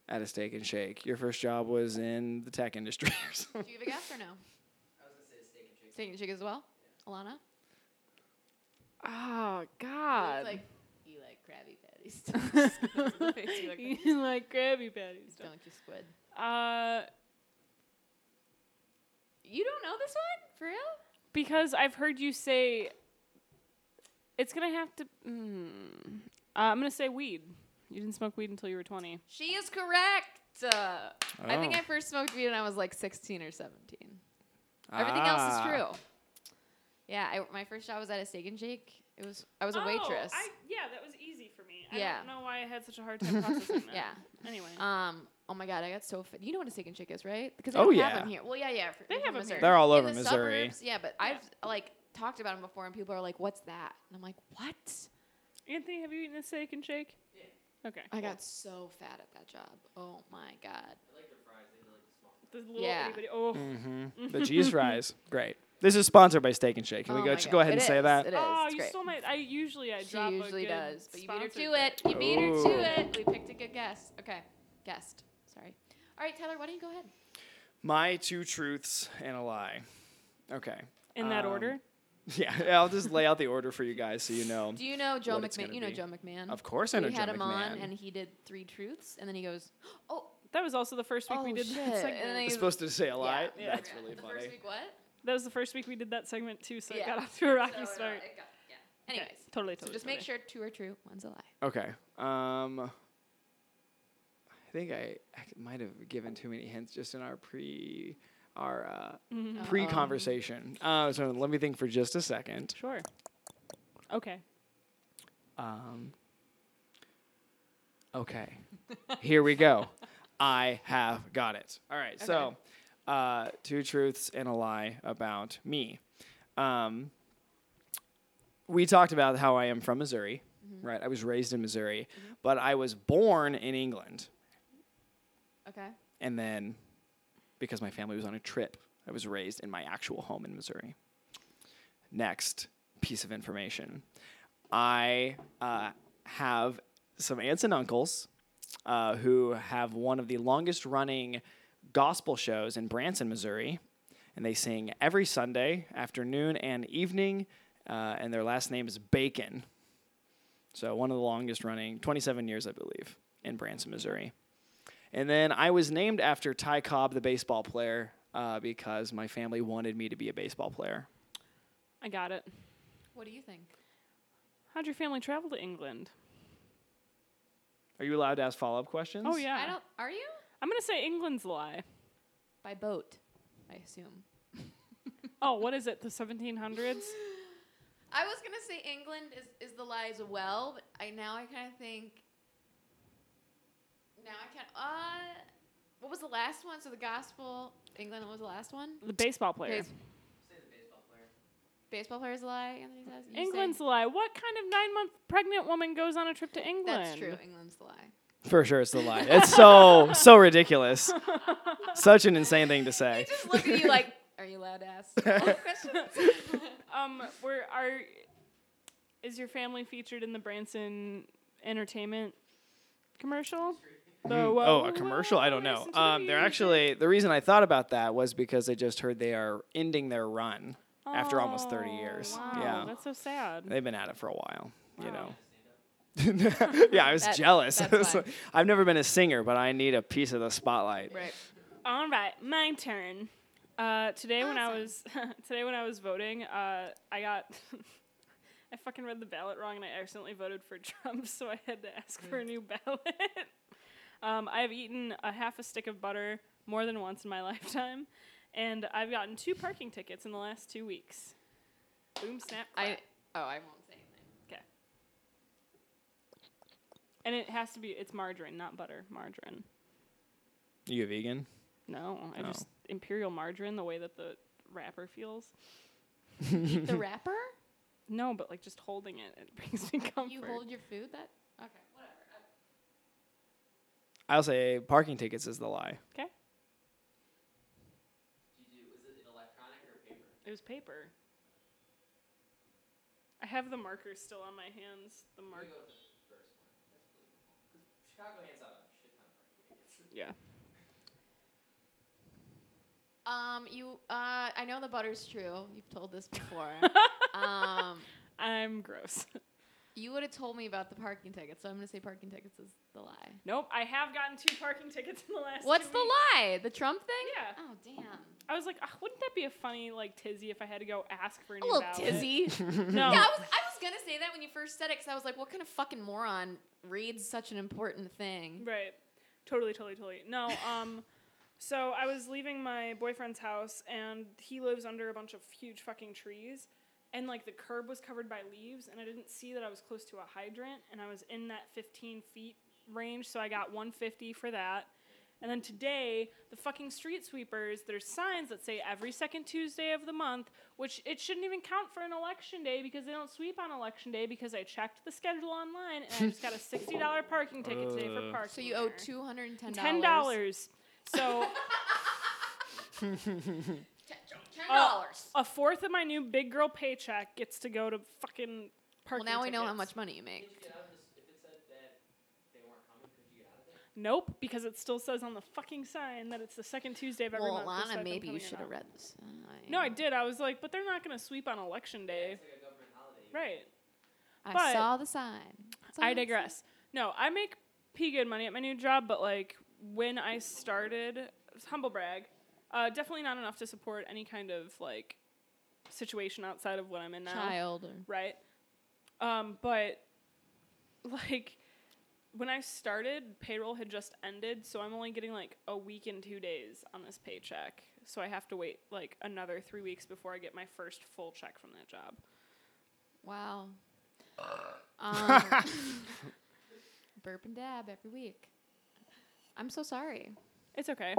D: at a Steak and Shake. Your first job was in the tech industry or something.
C: Do you have a guess or no? Steak and shake as well, Alana.
B: Oh God.
C: It's like you like Krabby Patties. Just goes in the face, you like,
B: you like Krabby Patties. don't
C: Don't you squid?
B: you? Uh,
C: You don't know this one for real?
B: because I've heard you say it's gonna have to. Mm, uh, I'm gonna say weed. You didn't smoke weed until you were 20.
C: She is correct. Uh, I think
D: Oh.
C: I first smoked weed when I was like 16 or 17. Everything else is
D: Ah.
C: true. Yeah, I, my first job was at a steak and shake. It was Oh, I was a waitress.
B: Oh, yeah, that was easy for me.
C: I Yeah.
B: I
C: don't
B: don't know why I had such a hard time processing that.
C: yeah.
B: Anyway.
C: Um. Oh my god, I got so fit. You know what a steak and shake is, right? Because they
D: Oh,
C: don't have
D: yeah.
C: them here. Well, yeah, yeah. for-
B: They
C: from
B: have 'em
C: Missouri.
B: here.
D: They're all
C: In
D: over
C: the
D: Missouri.
C: suburbs, yeah, but
B: Yeah.
C: I've like talked about them before, and people are like, "What's that?" And I'm like, "What?"
B: Anthony, have you eaten a steak and shake? Yeah. Okay.
C: I got so fat at that job. Oh my god.
B: The little
C: Yeah.
B: itty-bitty- Oh.
D: hmm The cheese fries, great. This is sponsored by Steak and Shake. Can
C: Oh
D: we go,
C: my
D: go
C: God. It
D: ahead and say
C: is.
D: that?
C: It is.
B: Oh,
C: It's
B: you
C: great.
B: stole my. I usually I
C: She
B: drop a
C: usually
B: good
C: does, but you beat her
B: sponsored
C: to it. You beat her
D: Ooh.
C: to it. We picked a good guess. Okay, guessed. Sorry. All right, Tyler, why don't you go ahead?
D: My two truths and a lie. Okay.
B: in that
D: Um,
B: order.
D: Yeah, I'll just lay out the order for you guys so you know.
C: Do you know Joe
D: What it's
C: McMahon?
D: gonna
C: You know
D: be.
C: Joe McMahon.
D: Of course, I know
C: we had
D: Joe
C: him on,
D: McMahon.
C: and he did three truths, and then he goes, "Oh,
B: That was also the first week we
C: oh,
B: did
C: shit.
B: that
C: And then
B: segment.
D: It's
C: he-
D: supposed to say a lie.
B: Yeah.
D: That's really
C: the
D: funny.
C: First week, what?
B: That was the first week we did that segment too, so it
C: Yeah.
B: got off to a
C: So,
B: rocky
C: uh,
B: start.
C: it got- yeah. Anyways,
B: Okay, totally,
C: so
B: totally.
C: just make sure two are true, one's a lie.
D: Okay. Um, I think I, I c- might have given too many hints just in our pre our uh,
B: Mm-hmm.
C: Mm-hmm.
D: pre conversation. Uh, so let me think for just a second.
B: Sure. Okay.
D: Um, okay. Here we go. I have got it. All right. So, uh, two truths and a lie about me. Um, we talked about how I am from Missouri, right? I was raised in Missouri, but I was born in England.
C: Um, Okay.
D: And then, because my family was on a trip, I was raised in my actual home in Missouri. Next piece of information I uh, have some aunts and uncles uh, who have one of the longest running gospel shows in Branson, Missouri. And they sing every Sunday afternoon and evening, uh, and their last name is Bacon. So, one of the longest running, 27 years, I believe, in Branson, Missouri. And then I was named after Ty Cobb, the baseball player, uh, because my family wanted me to be a baseball player.
B: I got it.
C: What do you think?
B: How'd your family travel to England?
D: Are you allowed to ask follow up questions?
B: Oh yeah.
C: I don't. Are you
B: I'm gonna say England's a lie.
C: by boat? I assume.
B: Oh, what is it? The 1700s?
C: I was gonna say England is, is the lie as well, but I now I kind of think. Now I kind of uh, what was the last one? So the gospel England what was the last one.
B: The baseball player.
C: Base- baseball player is a lie. Anthony says You say-
B: England's a lie. What kind of nine month pregnant woman goes on a trip to England?
C: That's true. England's the lie.
D: For sure, it's the lie. It's so so ridiculous. Such an insane thing to say.
C: Just look at you like, are you allowed to ask all the questions?
B: Um, where are? Is your family featured in the Branson entertainment commercial? though.
E: Oh, a commercial? I don't know.
B: Listen to the
E: Um, they're
B: music.
E: actually the reason I thought about that was because I just heard they are ending their run after almost 30 years.
B: Oh, Wow,
E: Yeah.
B: that's so sad.
E: They've been at it for a while, you know.
B: Wow.
E: yeah, I was
C: That-
E: jealous.
C: that's
E: I was
C: fine.
E: like, I've never been a singer, but I need a piece of the spotlight.
C: Right.
B: All right, my turn. Uh, today when I
C: Awesome.
B: was today when I was voting, uh, I got I fucking read the ballot wrong and I accidentally voted for Trump, so I had to ask for a
C: Hmm.
B: new ballot. um, I've eaten a half a stick of butter more than once in my lifetime, and I've gotten two parking tickets in the last two weeks. Boom, snap, clap.
C: I oh I won't say anything.
B: and it has to be it's margarine, not butter, margarine.
E: You a vegan?
B: No, I
E: Oh.
B: just imperial margarine, the way that the wrapper feels.
C: The rapper?
B: No, but like just holding it, it brings me comfort.
C: You hold your food? That okay? Whatever.
E: I'll say parking tickets is the lie.
B: Okay.
F: Did you do, was it electronic or paper?
B: It was paper. I have the markers still on my hands. The
F: I'm
B: mark.
F: gonna go with the first one. That's believable. 'Cause Chicago hands out a shit ton of parking tickets.
B: Yeah.
C: Um, you uh, I know the butter's true. You've told this before. um,
B: I'm gross.
C: you would have told me about the parking tickets, so I'm gonna say parking tickets is the lie.
B: nope. I have gotten two parking tickets in the last.
C: What's
B: two
C: the
B: weeks.
C: lie? The Trump thing?
B: Yeah.
C: Oh damn.
B: I was like, "Ah, wouldn't that be a funny like tizzy if I had to go ask for a
C: A
B: new
C: little
B: ballot?"
C: dizzy.
B: No.
C: Yeah, I was, I was gonna say that when you first said it, because I was like, what kind of fucking moron reads such an important thing?
B: Right. Totally, totally, totally. No, um so I was leaving my boyfriend's house and he lives under a bunch of huge fucking trees and like the curb was covered by leaves and I didn't see that I was close to a hydrant and I was in that 15 feet range so I got 150 for that. And then today, the fucking street sweepers, there's signs that say every second Tuesday of the month, which it shouldn't even count for an election day because they don't sweep on election day because I checked the schedule online and I just got a $60 parking ticket today for
E: Uh.
B: parking.
C: So you owe
B: there.
C: two hundred and ten dollars.
B: Ten dollars. So
C: Ten dollars.
B: a fourth of my new big girl paycheck gets to go to fucking
C: well,
B: parking.
C: now we know how
B: tickets.
C: much money you make.
F: Did you get out of this? If it said that they weren't coming, could you get out of there?
B: Nope, because it still says on the fucking sign that it's the second Tuesday of every
C: Well,
B: month. despite
C: Lana,
B: them
C: maybe you
B: coming or
C: should have
B: not.
C: read this. sign.
B: No, I did. I was like, but they're not gonna sweep on election day,
F: It's like a government holiday. You
B: right?
C: I
B: but-
C: saw the sign. Saw
B: I
C: the
B: digress. No, I make pee good money at my new job, but like when I started, humble brag, uh, definitely not enough to support any kind of like situation outside of what I'm in
C: sign.
B: now.
C: Child. Or
B: right? Um, but like when I started, payroll had just ended, so I'm only getting like a week and two days on this paycheck. So I have to wait like another three weeks before I get my first full check from that job.
C: Wow. Um, burp and dab every week. I'm so sorry.
B: It's okay.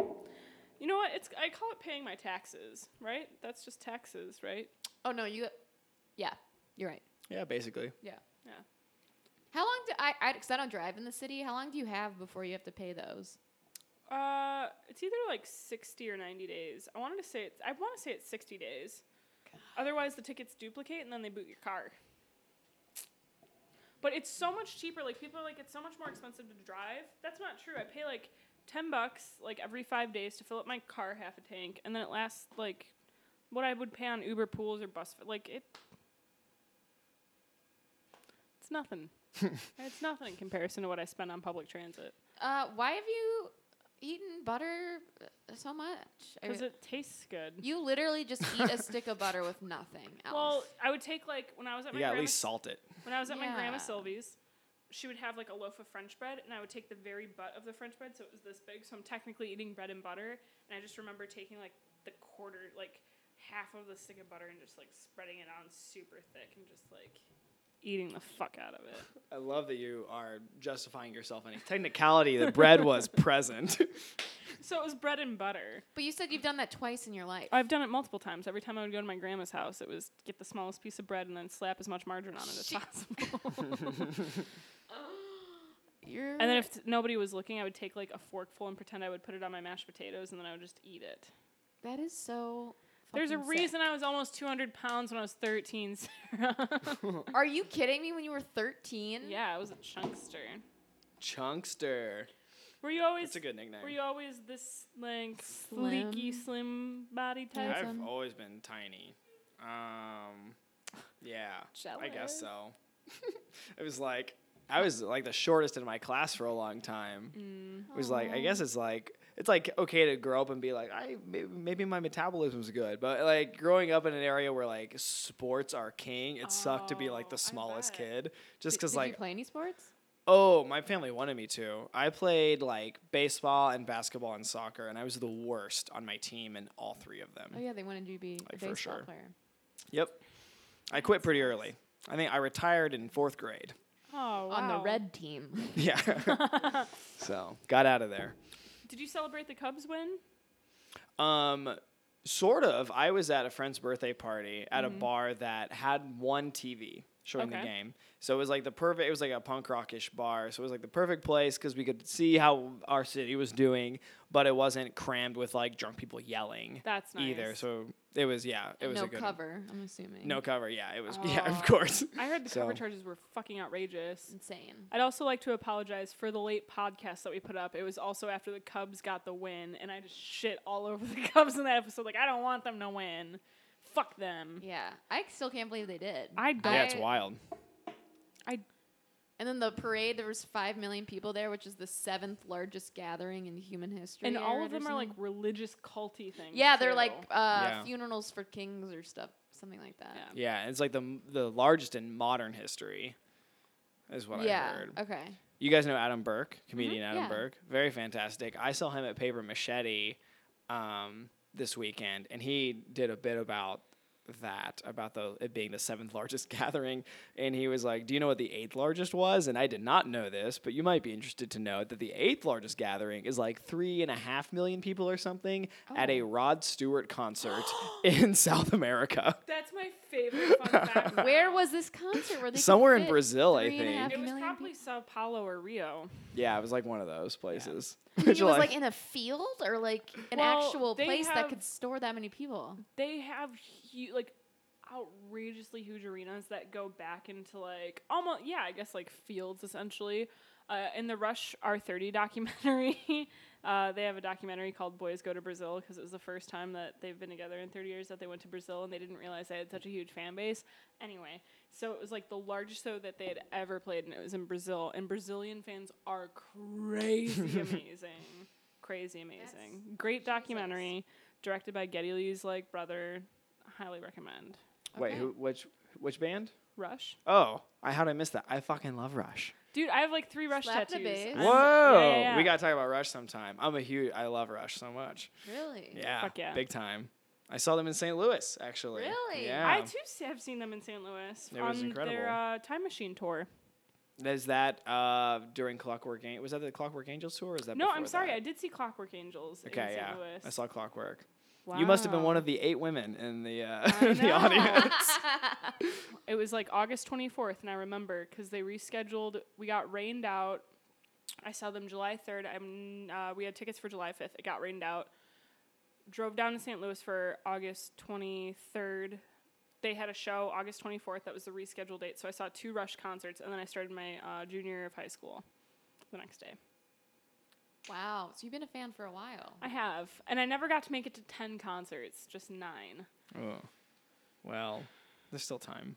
B: You know what? It's I call it paying my taxes, right? That's just taxes, right?
C: Oh no, you. Yeah, you're right.
E: Yeah, basically.
C: Yeah.
B: Yeah.
C: How long do I? I because I don't drive in the city. How long do you have before you have to pay those?
B: Uh, it's either like sixty or ninety days. I wanted to say it's. I want to say it's sixty days. Otherwise, the tickets duplicate and then they boot your car. But it's so much cheaper. Like people are like, it's so much more expensive to drive. That's not true. I pay like ten bucks like every five days to fill up my car half a tank, and then it lasts like what I would pay on Uber pools or bus. fa- Like it, it's nothing. it's nothing in comparison to what I spend on public transit.
C: Uh, why have you eaten butter uh, so much? I-
B: Because it tastes good.
C: you literally just eat a stick of butter with nothing else.
B: Well, I would take like when I was at my
E: You gotta at
B: grandma,
E: least salt it.
B: when I was at my grandma
C: Yeah.
B: Sylvie's, she would have like a loaf of French bread, and I would take the very butt of the French bread, so it was this big. So I'm technically eating bread and butter, and I just remember taking like the quarter, like half of the stick of butter, and just like spreading it on super thick, and just like eating the fuck out of it.
E: I love that you are justifying yourself any technicality. The bread was present.
B: So it was bread and butter.
C: but you said you've done that twice in your life.
B: I've done it multiple times. Every time I would go to my grandma's house, it was get the smallest piece of bread and then slap as much margarine on it as
C: Shit.
B: possible.
C: You're
B: And then if t- nobody was looking, I would take like a forkful and pretend I would put it on my mashed potatoes, and then I would just eat it.
C: that is so.
B: There's a
C: fucking sick.
B: reason I was almost 200 pounds when I was 13, Sarah.
C: Are you kidding me? When you were 13?
B: yeah, I was a chunkster.
E: Chunkster.
B: Were you always
D: It's a good nickname.
B: were you always this like
C: Slim.
B: sleeky slim body type?
C: Yeah.
D: I've
C: Handsome.
D: always been tiny. Um, yeah, I
B: Jealous.
D: guess so. it was like I was like the shortest in my class for a long time.
C: Mm.
D: It was like I guess it's like it's like okay to grow up and be like I may- maybe my metabolism's good, but like growing up in an area where like sports are king, it sucked to be like
B: Oh, I
D: the smallest
B: bet.
D: kid just
C: Did-
D: because
C: did
D: like
C: you play any sports?
D: Oh, my family wanted me to. I played like baseball and basketball and soccer, and I was the worst on my team in all three of them.
C: Oh yeah, they wanted you to be a
D: Like, for
C: baseball
D: sure.
C: player.
D: Yep. I quit pretty early. I think I retired in fourth grade.
B: Oh, wow.
C: On the red team.
D: Yeah. so got out of there.
B: Did you celebrate the Cubs win?
D: Um, sort of. I was at a friend's birthday party at a bar that had one TV showing the
B: Mm-hmm. Okay.
D: game. So it was like the perfect. It was like a punk rockish bar. So it was like the perfect place because we could see how our city was doing, but it wasn't crammed with like drunk people yelling
B: That's nice.
D: either. So it was yeah. It was
C: no
D: a good
C: cover, I'm assuming.
D: No cover. Yeah. It was yeah. Of
B: Oh.
D: course.
B: I heard the cover
D: So-
B: charges were fucking outrageous.
C: Insane.
B: I'd also like to apologize for the late podcast that we put up. It was also after the Cubs got the win, and I just shit all over the Cubs in that episode. Like, I don't want them to win. Fuck them.
C: Yeah, I still can't believe they did.
B: I don't.
D: yeah, it's
C: I-
D: wild.
C: and then the parade, there was five million people there, which is the seventh largest gathering in human history.
B: and
C: I
B: all
C: read
B: of
C: or
B: them are like
C: something.
B: religious culty things.
C: yeah, they're
B: too.
C: like uh,
D: Yeah.
C: funerals for kings or stuff, something like that.
B: Yeah.
D: Yeah, it's like the the largest in modern history, is what I heard.
C: okay. Mm-hmm,
D: You guys know Adam Burke, comedian Adam
C: yeah.
D: Burke, very fantastic. I saw him at Paper Machete um, this weekend, and he did a bit about that, about the it being the seventh largest gathering, and he was like, "Do you know what the eighth largest was?" And I did not know this, but you might be interested to know that the eighth largest gathering is like three and a half million people or something at
C: Oh.
D: a Rod Stewart concert in South America.
B: That's my favorite fun fact.
C: Where was this concert? Where they could
D: Uh, Somewhere in
C: fit
D: Brazil, I
C: three and a
D: think.
C: half
B: It was
C: million
B: probably Sao Paulo or Rio.
D: Yeah, it was like one of those places.
C: people?
D: Which
C: it was
D: like-
C: like in a field or like an
B: Well,
C: actual
B: they
C: place
B: have-
C: that could store that many people.
B: They have hu- like outrageously huge arenas that go back into like almost yeah, I guess like fields essentially. Uh, in the Rush R30 documentary, uh, they have a documentary called "Boys Go to Brazil" because it was the first time that they've been together in 30 years that they went to Brazil and they didn't realize they had such a huge fan base. Anyway, so it was like the largest show that they had ever played, and it was in Brazil. And Brazilian fans are crazy amazing, crazy amazing. Great documentary, directed by Geddy Lee's like brother. Highly recommend.
D: Wait,
C: Okay.
D: who? Which which band?
B: Rush,
D: Oh, I how'd I miss that? I fucking love Rush.
B: dude. I have like three Rush
C: Slap the
B: tattoos.
C: bass.
B: I'm-
D: Whoa,
B: yeah, yeah, yeah.
D: we gotta talk about Rush sometime. I'm a huge. I love Rush so much.
C: Really?
D: Yeah,
B: Fuck yeah.
D: big time. I saw them in St. Louis actually.
C: Really?
D: Yeah.
B: I too s- have seen them in St. Louis
D: It
B: on
D: was
B: their
D: incredible.
B: uh, Time Machine tour.
D: Is that uh, during Clockwork Angel? Was that the Clockwork Angels tour? Or is that
B: No,
D: before
B: I'm sorry.
D: that?
B: I did see Clockwork Angels in St.
D: okay, yeah,
B: Louis.
D: I saw Clockwork. You must have been
B: Wow.
D: one of the eight women in the uh, in the audience.
B: It was like August 24th, and I remember because they rescheduled. We got rained out. I saw them July 3rd. I'm, uh, we had tickets for July 5th. It got rained out. Drove down to St. Louis for August 23rd. They had a show August 24th. That was the rescheduled date. So I saw two Rush concerts, and then I started my uh, junior year of high school the next day.
C: Wow. So you've been a fan for a while.
B: I have. And I never got to make it to 10 concerts, just nine.
D: oh. Well, there's still time.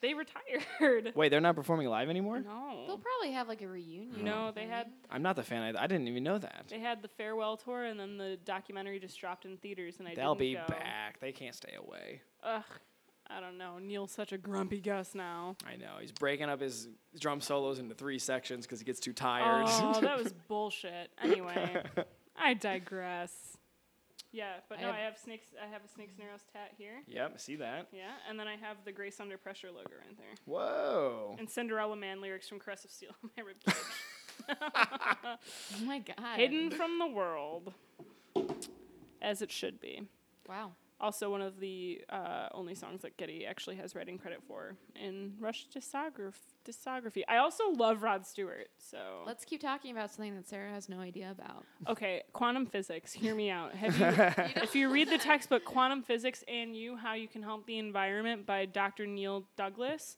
B: They retired.
D: Wait, they're not performing live anymore.
C: They'll
B: No.
C: probably have like a reunion.
B: No, they had
D: I'm not the fan. I, I didn't even know that.
B: They had the farewell tour, and then the documentary just dropped in theaters, and I
D: They'll
B: didn't
D: be
B: go.
D: back. They can't stay away.
B: Ugh, I don't know. Neil's such a grumpy Gus now.
D: I know. He's breaking up his drum solos into three sections because he gets too tired.
B: Oh, that was bullshit. Anyway, I digress. Yeah, but
C: I
B: no,
C: have-
B: I have snakes. I have a snakes and arrows tat here.
D: yep, I see that.
B: Yeah, and then I have the Grace Under Pressure logo right there,
D: Whoa.
B: and Cinderella Man lyrics from Crest of Steel on my ribcage,
C: Oh my god.
B: hidden from the world, as it should be.
C: Wow.
B: also one of the uh, only songs that Getty actually has writing credit for in Rush discograph- discography. I also love Rod Stewart. So
C: Let's keep talking about something that Sarah has no idea about.
B: okay, quantum physics. Hear me out. Have you, if you read the textbook Quantum Physics and You: How You Can Help the Environment by Dr. Neil Douglas,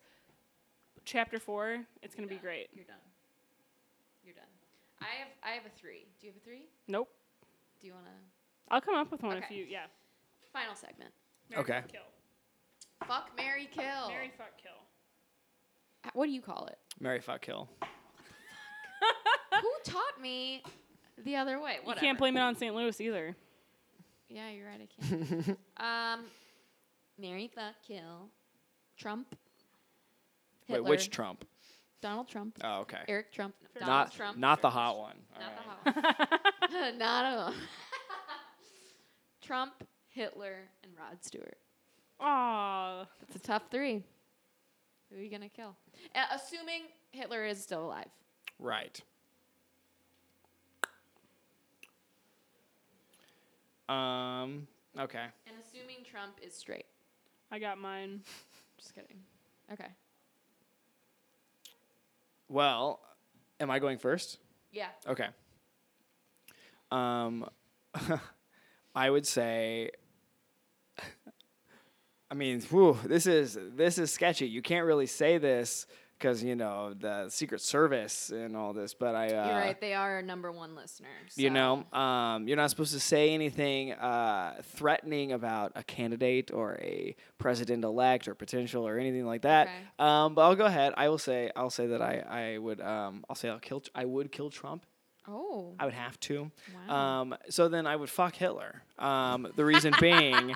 B: chapter four, it's gonna be great.
C: You're done. You're done. I have I have a three. Do you have a three?
B: Nope.
C: Do you want to?
B: I'll come up with one if
C: Okay.
B: you. Yeah.
C: Final segment.
B: Marry,
D: Okay.
B: fuck, Kill.
C: Fuck Mary Kill.
B: Marry, fuck, kill.
C: H- What do you call it?
D: Mary fuck kill.
C: Who taught me the other way? Whatever.
B: You can't blame it on St. Louis either.
C: Yeah, you're right. I can't. um, Mary fuck kill. Trump. Hitler,
D: Wait, which Trump?
C: Donald Trump.
D: Oh, okay.
C: Eric Trump. no, Donald
D: not
C: Trump.
D: not the hot one. All
C: Not
D: right.
C: the hot one. not a. Trump, Hitler, and Rod Stewart.
B: Aw.
C: It's a tough three. Who are you gonna kill? Uh, assuming Hitler is still alive.
D: Right. Um. Okay.
C: And assuming Trump is straight.
B: I got mine.
C: Just kidding. Okay.
D: Well, am I going first?
C: Yeah.
D: Okay. Um, I would say. I mean, whew, this is this is sketchy. You can't really say this because you know the Secret Service and all this. But I, uh,
C: You're right. They are our number one listener.
D: you
C: so-
D: know, um, you're not supposed to say anything uh, threatening about a candidate or a president elect or potential or anything like that.
C: Okay.
D: Um, but I'll go ahead. I will say I'll say that I I would um, I'll say I'll kill I would kill Trump
C: Oh.
D: I would have to.
C: Wow.
D: Um, so then I would fuck Hitler. Um, the reason being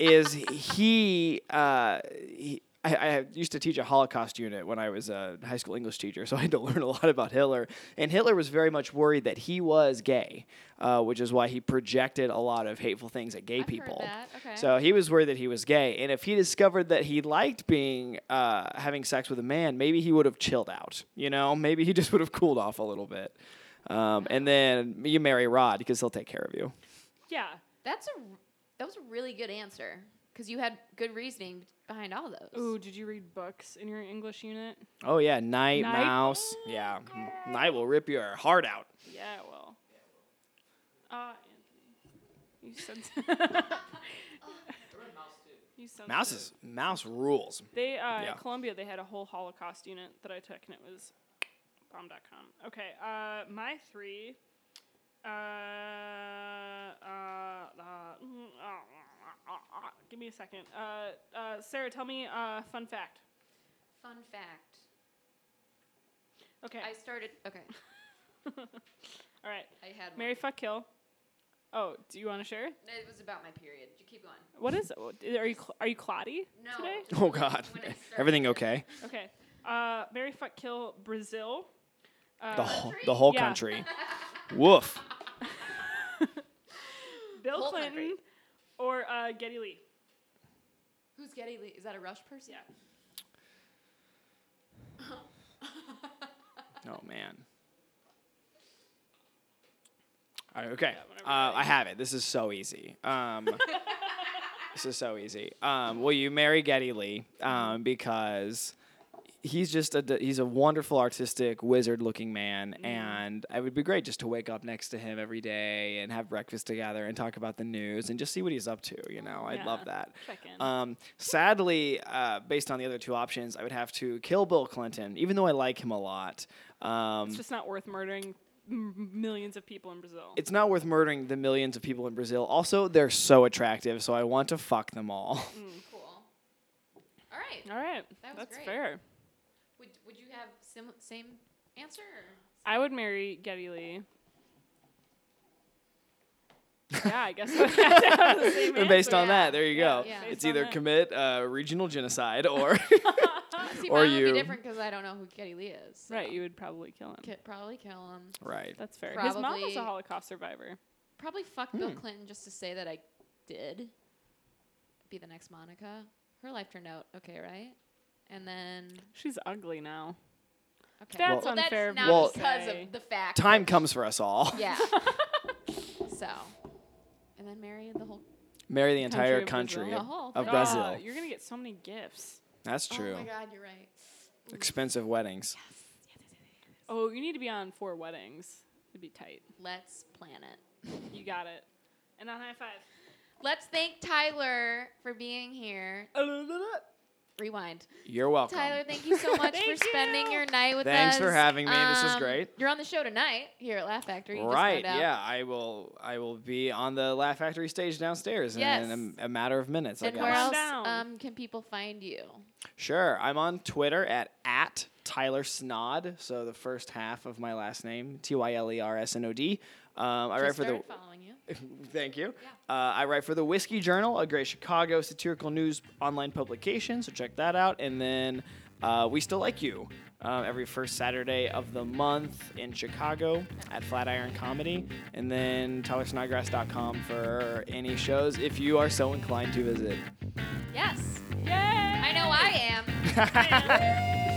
D: is he. Uh, he I, I used to teach a Holocaust unit when I was a high school English teacher, so I had to learn a lot about Hitler. And Hitler was very much worried that he was gay, uh, which is why he projected a lot of hateful things at gay
C: I've heard
D: people.
C: that, okay.
D: So he was worried that he was gay, and if he discovered that he liked being uh, having sex with a man, maybe he would have chilled out. You know, maybe he just would have cooled off a little bit. Um, and then you marry Rod because he'll take care of you.
B: Yeah.
C: That's a. r- That was a really good answer because you had good reasoning behind all those.
B: Ooh, did you read books in your English unit?
D: Oh yeah, night,
B: Night.
D: mouse. Yeah, night will rip your heart out.
B: Yeah, well. Ah, Anthony. You said.
G: Everyone mouse too.
B: you said
D: Mouse is mouse rules.
B: They uh,
D: Yeah.
B: at Columbia they had a whole Holocaust unit that I took and it was bomb.com. Okay, uh, my three. Uh, uh, uh, give me a second. Uh, uh, Sarah, tell me uh, fun fact.
C: Fun fact.
B: Okay,
C: I started. Okay.
B: all right.
C: I had.
B: Mary,
C: One.
B: fuck, kill. Oh, do you want to share?
C: It was about my period. You keep going.
B: What is? Are you cl- are you cloddy
C: No.
B: today?
C: just
D: Oh
C: when-
D: God,
C: when I started.
D: everything okay?
B: Okay. Uh, Mary, fuck, kill. Brazil. Uh,
D: The whole the whole
B: Yeah.
D: country. Woof.
B: Bill
C: Whole
B: Clinton
C: country.
B: or uh, Getty Lee.
C: Who's Getty Lee? Is that a Rush person?
B: Yeah.
D: Oh man. All right, okay.
B: whenever you're
D: uh, I have it. This is so easy. Um, this is so easy. Um, will you marry Getty Lee? Um, because he's just a d- he's a wonderful artistic wizard looking man,
B: Mm.
D: and it would be great just to wake up next to him every day and have breakfast together and talk about the news and just see what he's up to. You know, I'd love
B: Yeah.
D: that.
B: Check in.
D: Um, sadly, uh, based on the other two options, I would have to kill Bill Clinton, even though I like him a lot. Um,
B: It's just not worth murdering m- millions of people in Brazil.
D: it's not worth murdering the millions of people in Brazil. Also, they're so attractive, so I want to fuck them all.
C: Cool. All right.
B: All right,
C: That was
B: that's
C: great.
B: fair.
C: Would, would you have sim- same answer? or-
B: I would marry Getty Lee. yeah, I guess. I would have to have the same
D: And based
B: answer.
D: on that, there you
C: Yeah,
D: go.
C: yeah.
D: It's
B: Based on
D: either
B: that.
D: commit uh, regional genocide or
C: See,
D: Or
C: mine
D: you.
C: would be different because I don't know who Getty Lee is. so
B: right, you would probably kill him.
C: Could probably kill him.
D: right.
B: That's fair. His mom was
C: Probably-
B: a Holocaust survivor.
C: Probably fuck Bill
D: Hmm.
C: Clinton just to say that I did. Be the next Monica. Her life turned out okay, right? And then
B: She's ugly now.
C: okay.
B: That's
C: well,
B: unfair of
C: That's not
D: Well-
C: because
B: Okay.
C: of the fact.
D: Time
C: that-
D: comes for us all.
C: Yeah. so, and then marry the whole. oh
D: Marry the entire
B: Country
D: country,
B: of
C: Brazil.
B: Oh,
D: of,
C: The whole
D: of
C: thing.
D: Brazil.
B: God, you're gonna get so many gifts.
D: That's
C: Oh
D: true.
C: my God, you're right.
D: Expensive weddings.
B: Oh, you need to be on four weddings. It'd be tight.
C: Let's plan it.
B: You got it. And on high five.
C: Let's thank Tyler for being here. Rewind.
D: You're welcome.
C: Tyler, thank you so much for
B: Thank
C: spending
B: you.
C: your night with us. Um,
D: Thanks for having me. This was great.
C: You're on the show tonight here at Laugh Factory. You just
D: right?
C: found out.
D: Yeah, I will. I will be on the Laugh Factory stage downstairs
C: Yes.
D: in a, a matter of minutes. I
C: And
D: guess.
C: where
B: Come
C: else
B: down.
C: um, can people find you?
D: Sure. I'm on Twitter at at Tyler Snod. So the first half of my last name, T Y L E R S N O D. Um, I write
C: Just
D: for the.
C: started following you.
D: Thank you. Uh, I write for the Whiskey Journal, a great Chicago satirical news online publication. So check that out. And then uh, we still like you um, every first Saturday of the month in Chicago at Flatiron Comedy, and then TylerSnodgrass.com for any shows if you are so inclined to visit.
C: Yes,
B: Yay!
C: I know I am.
B: am.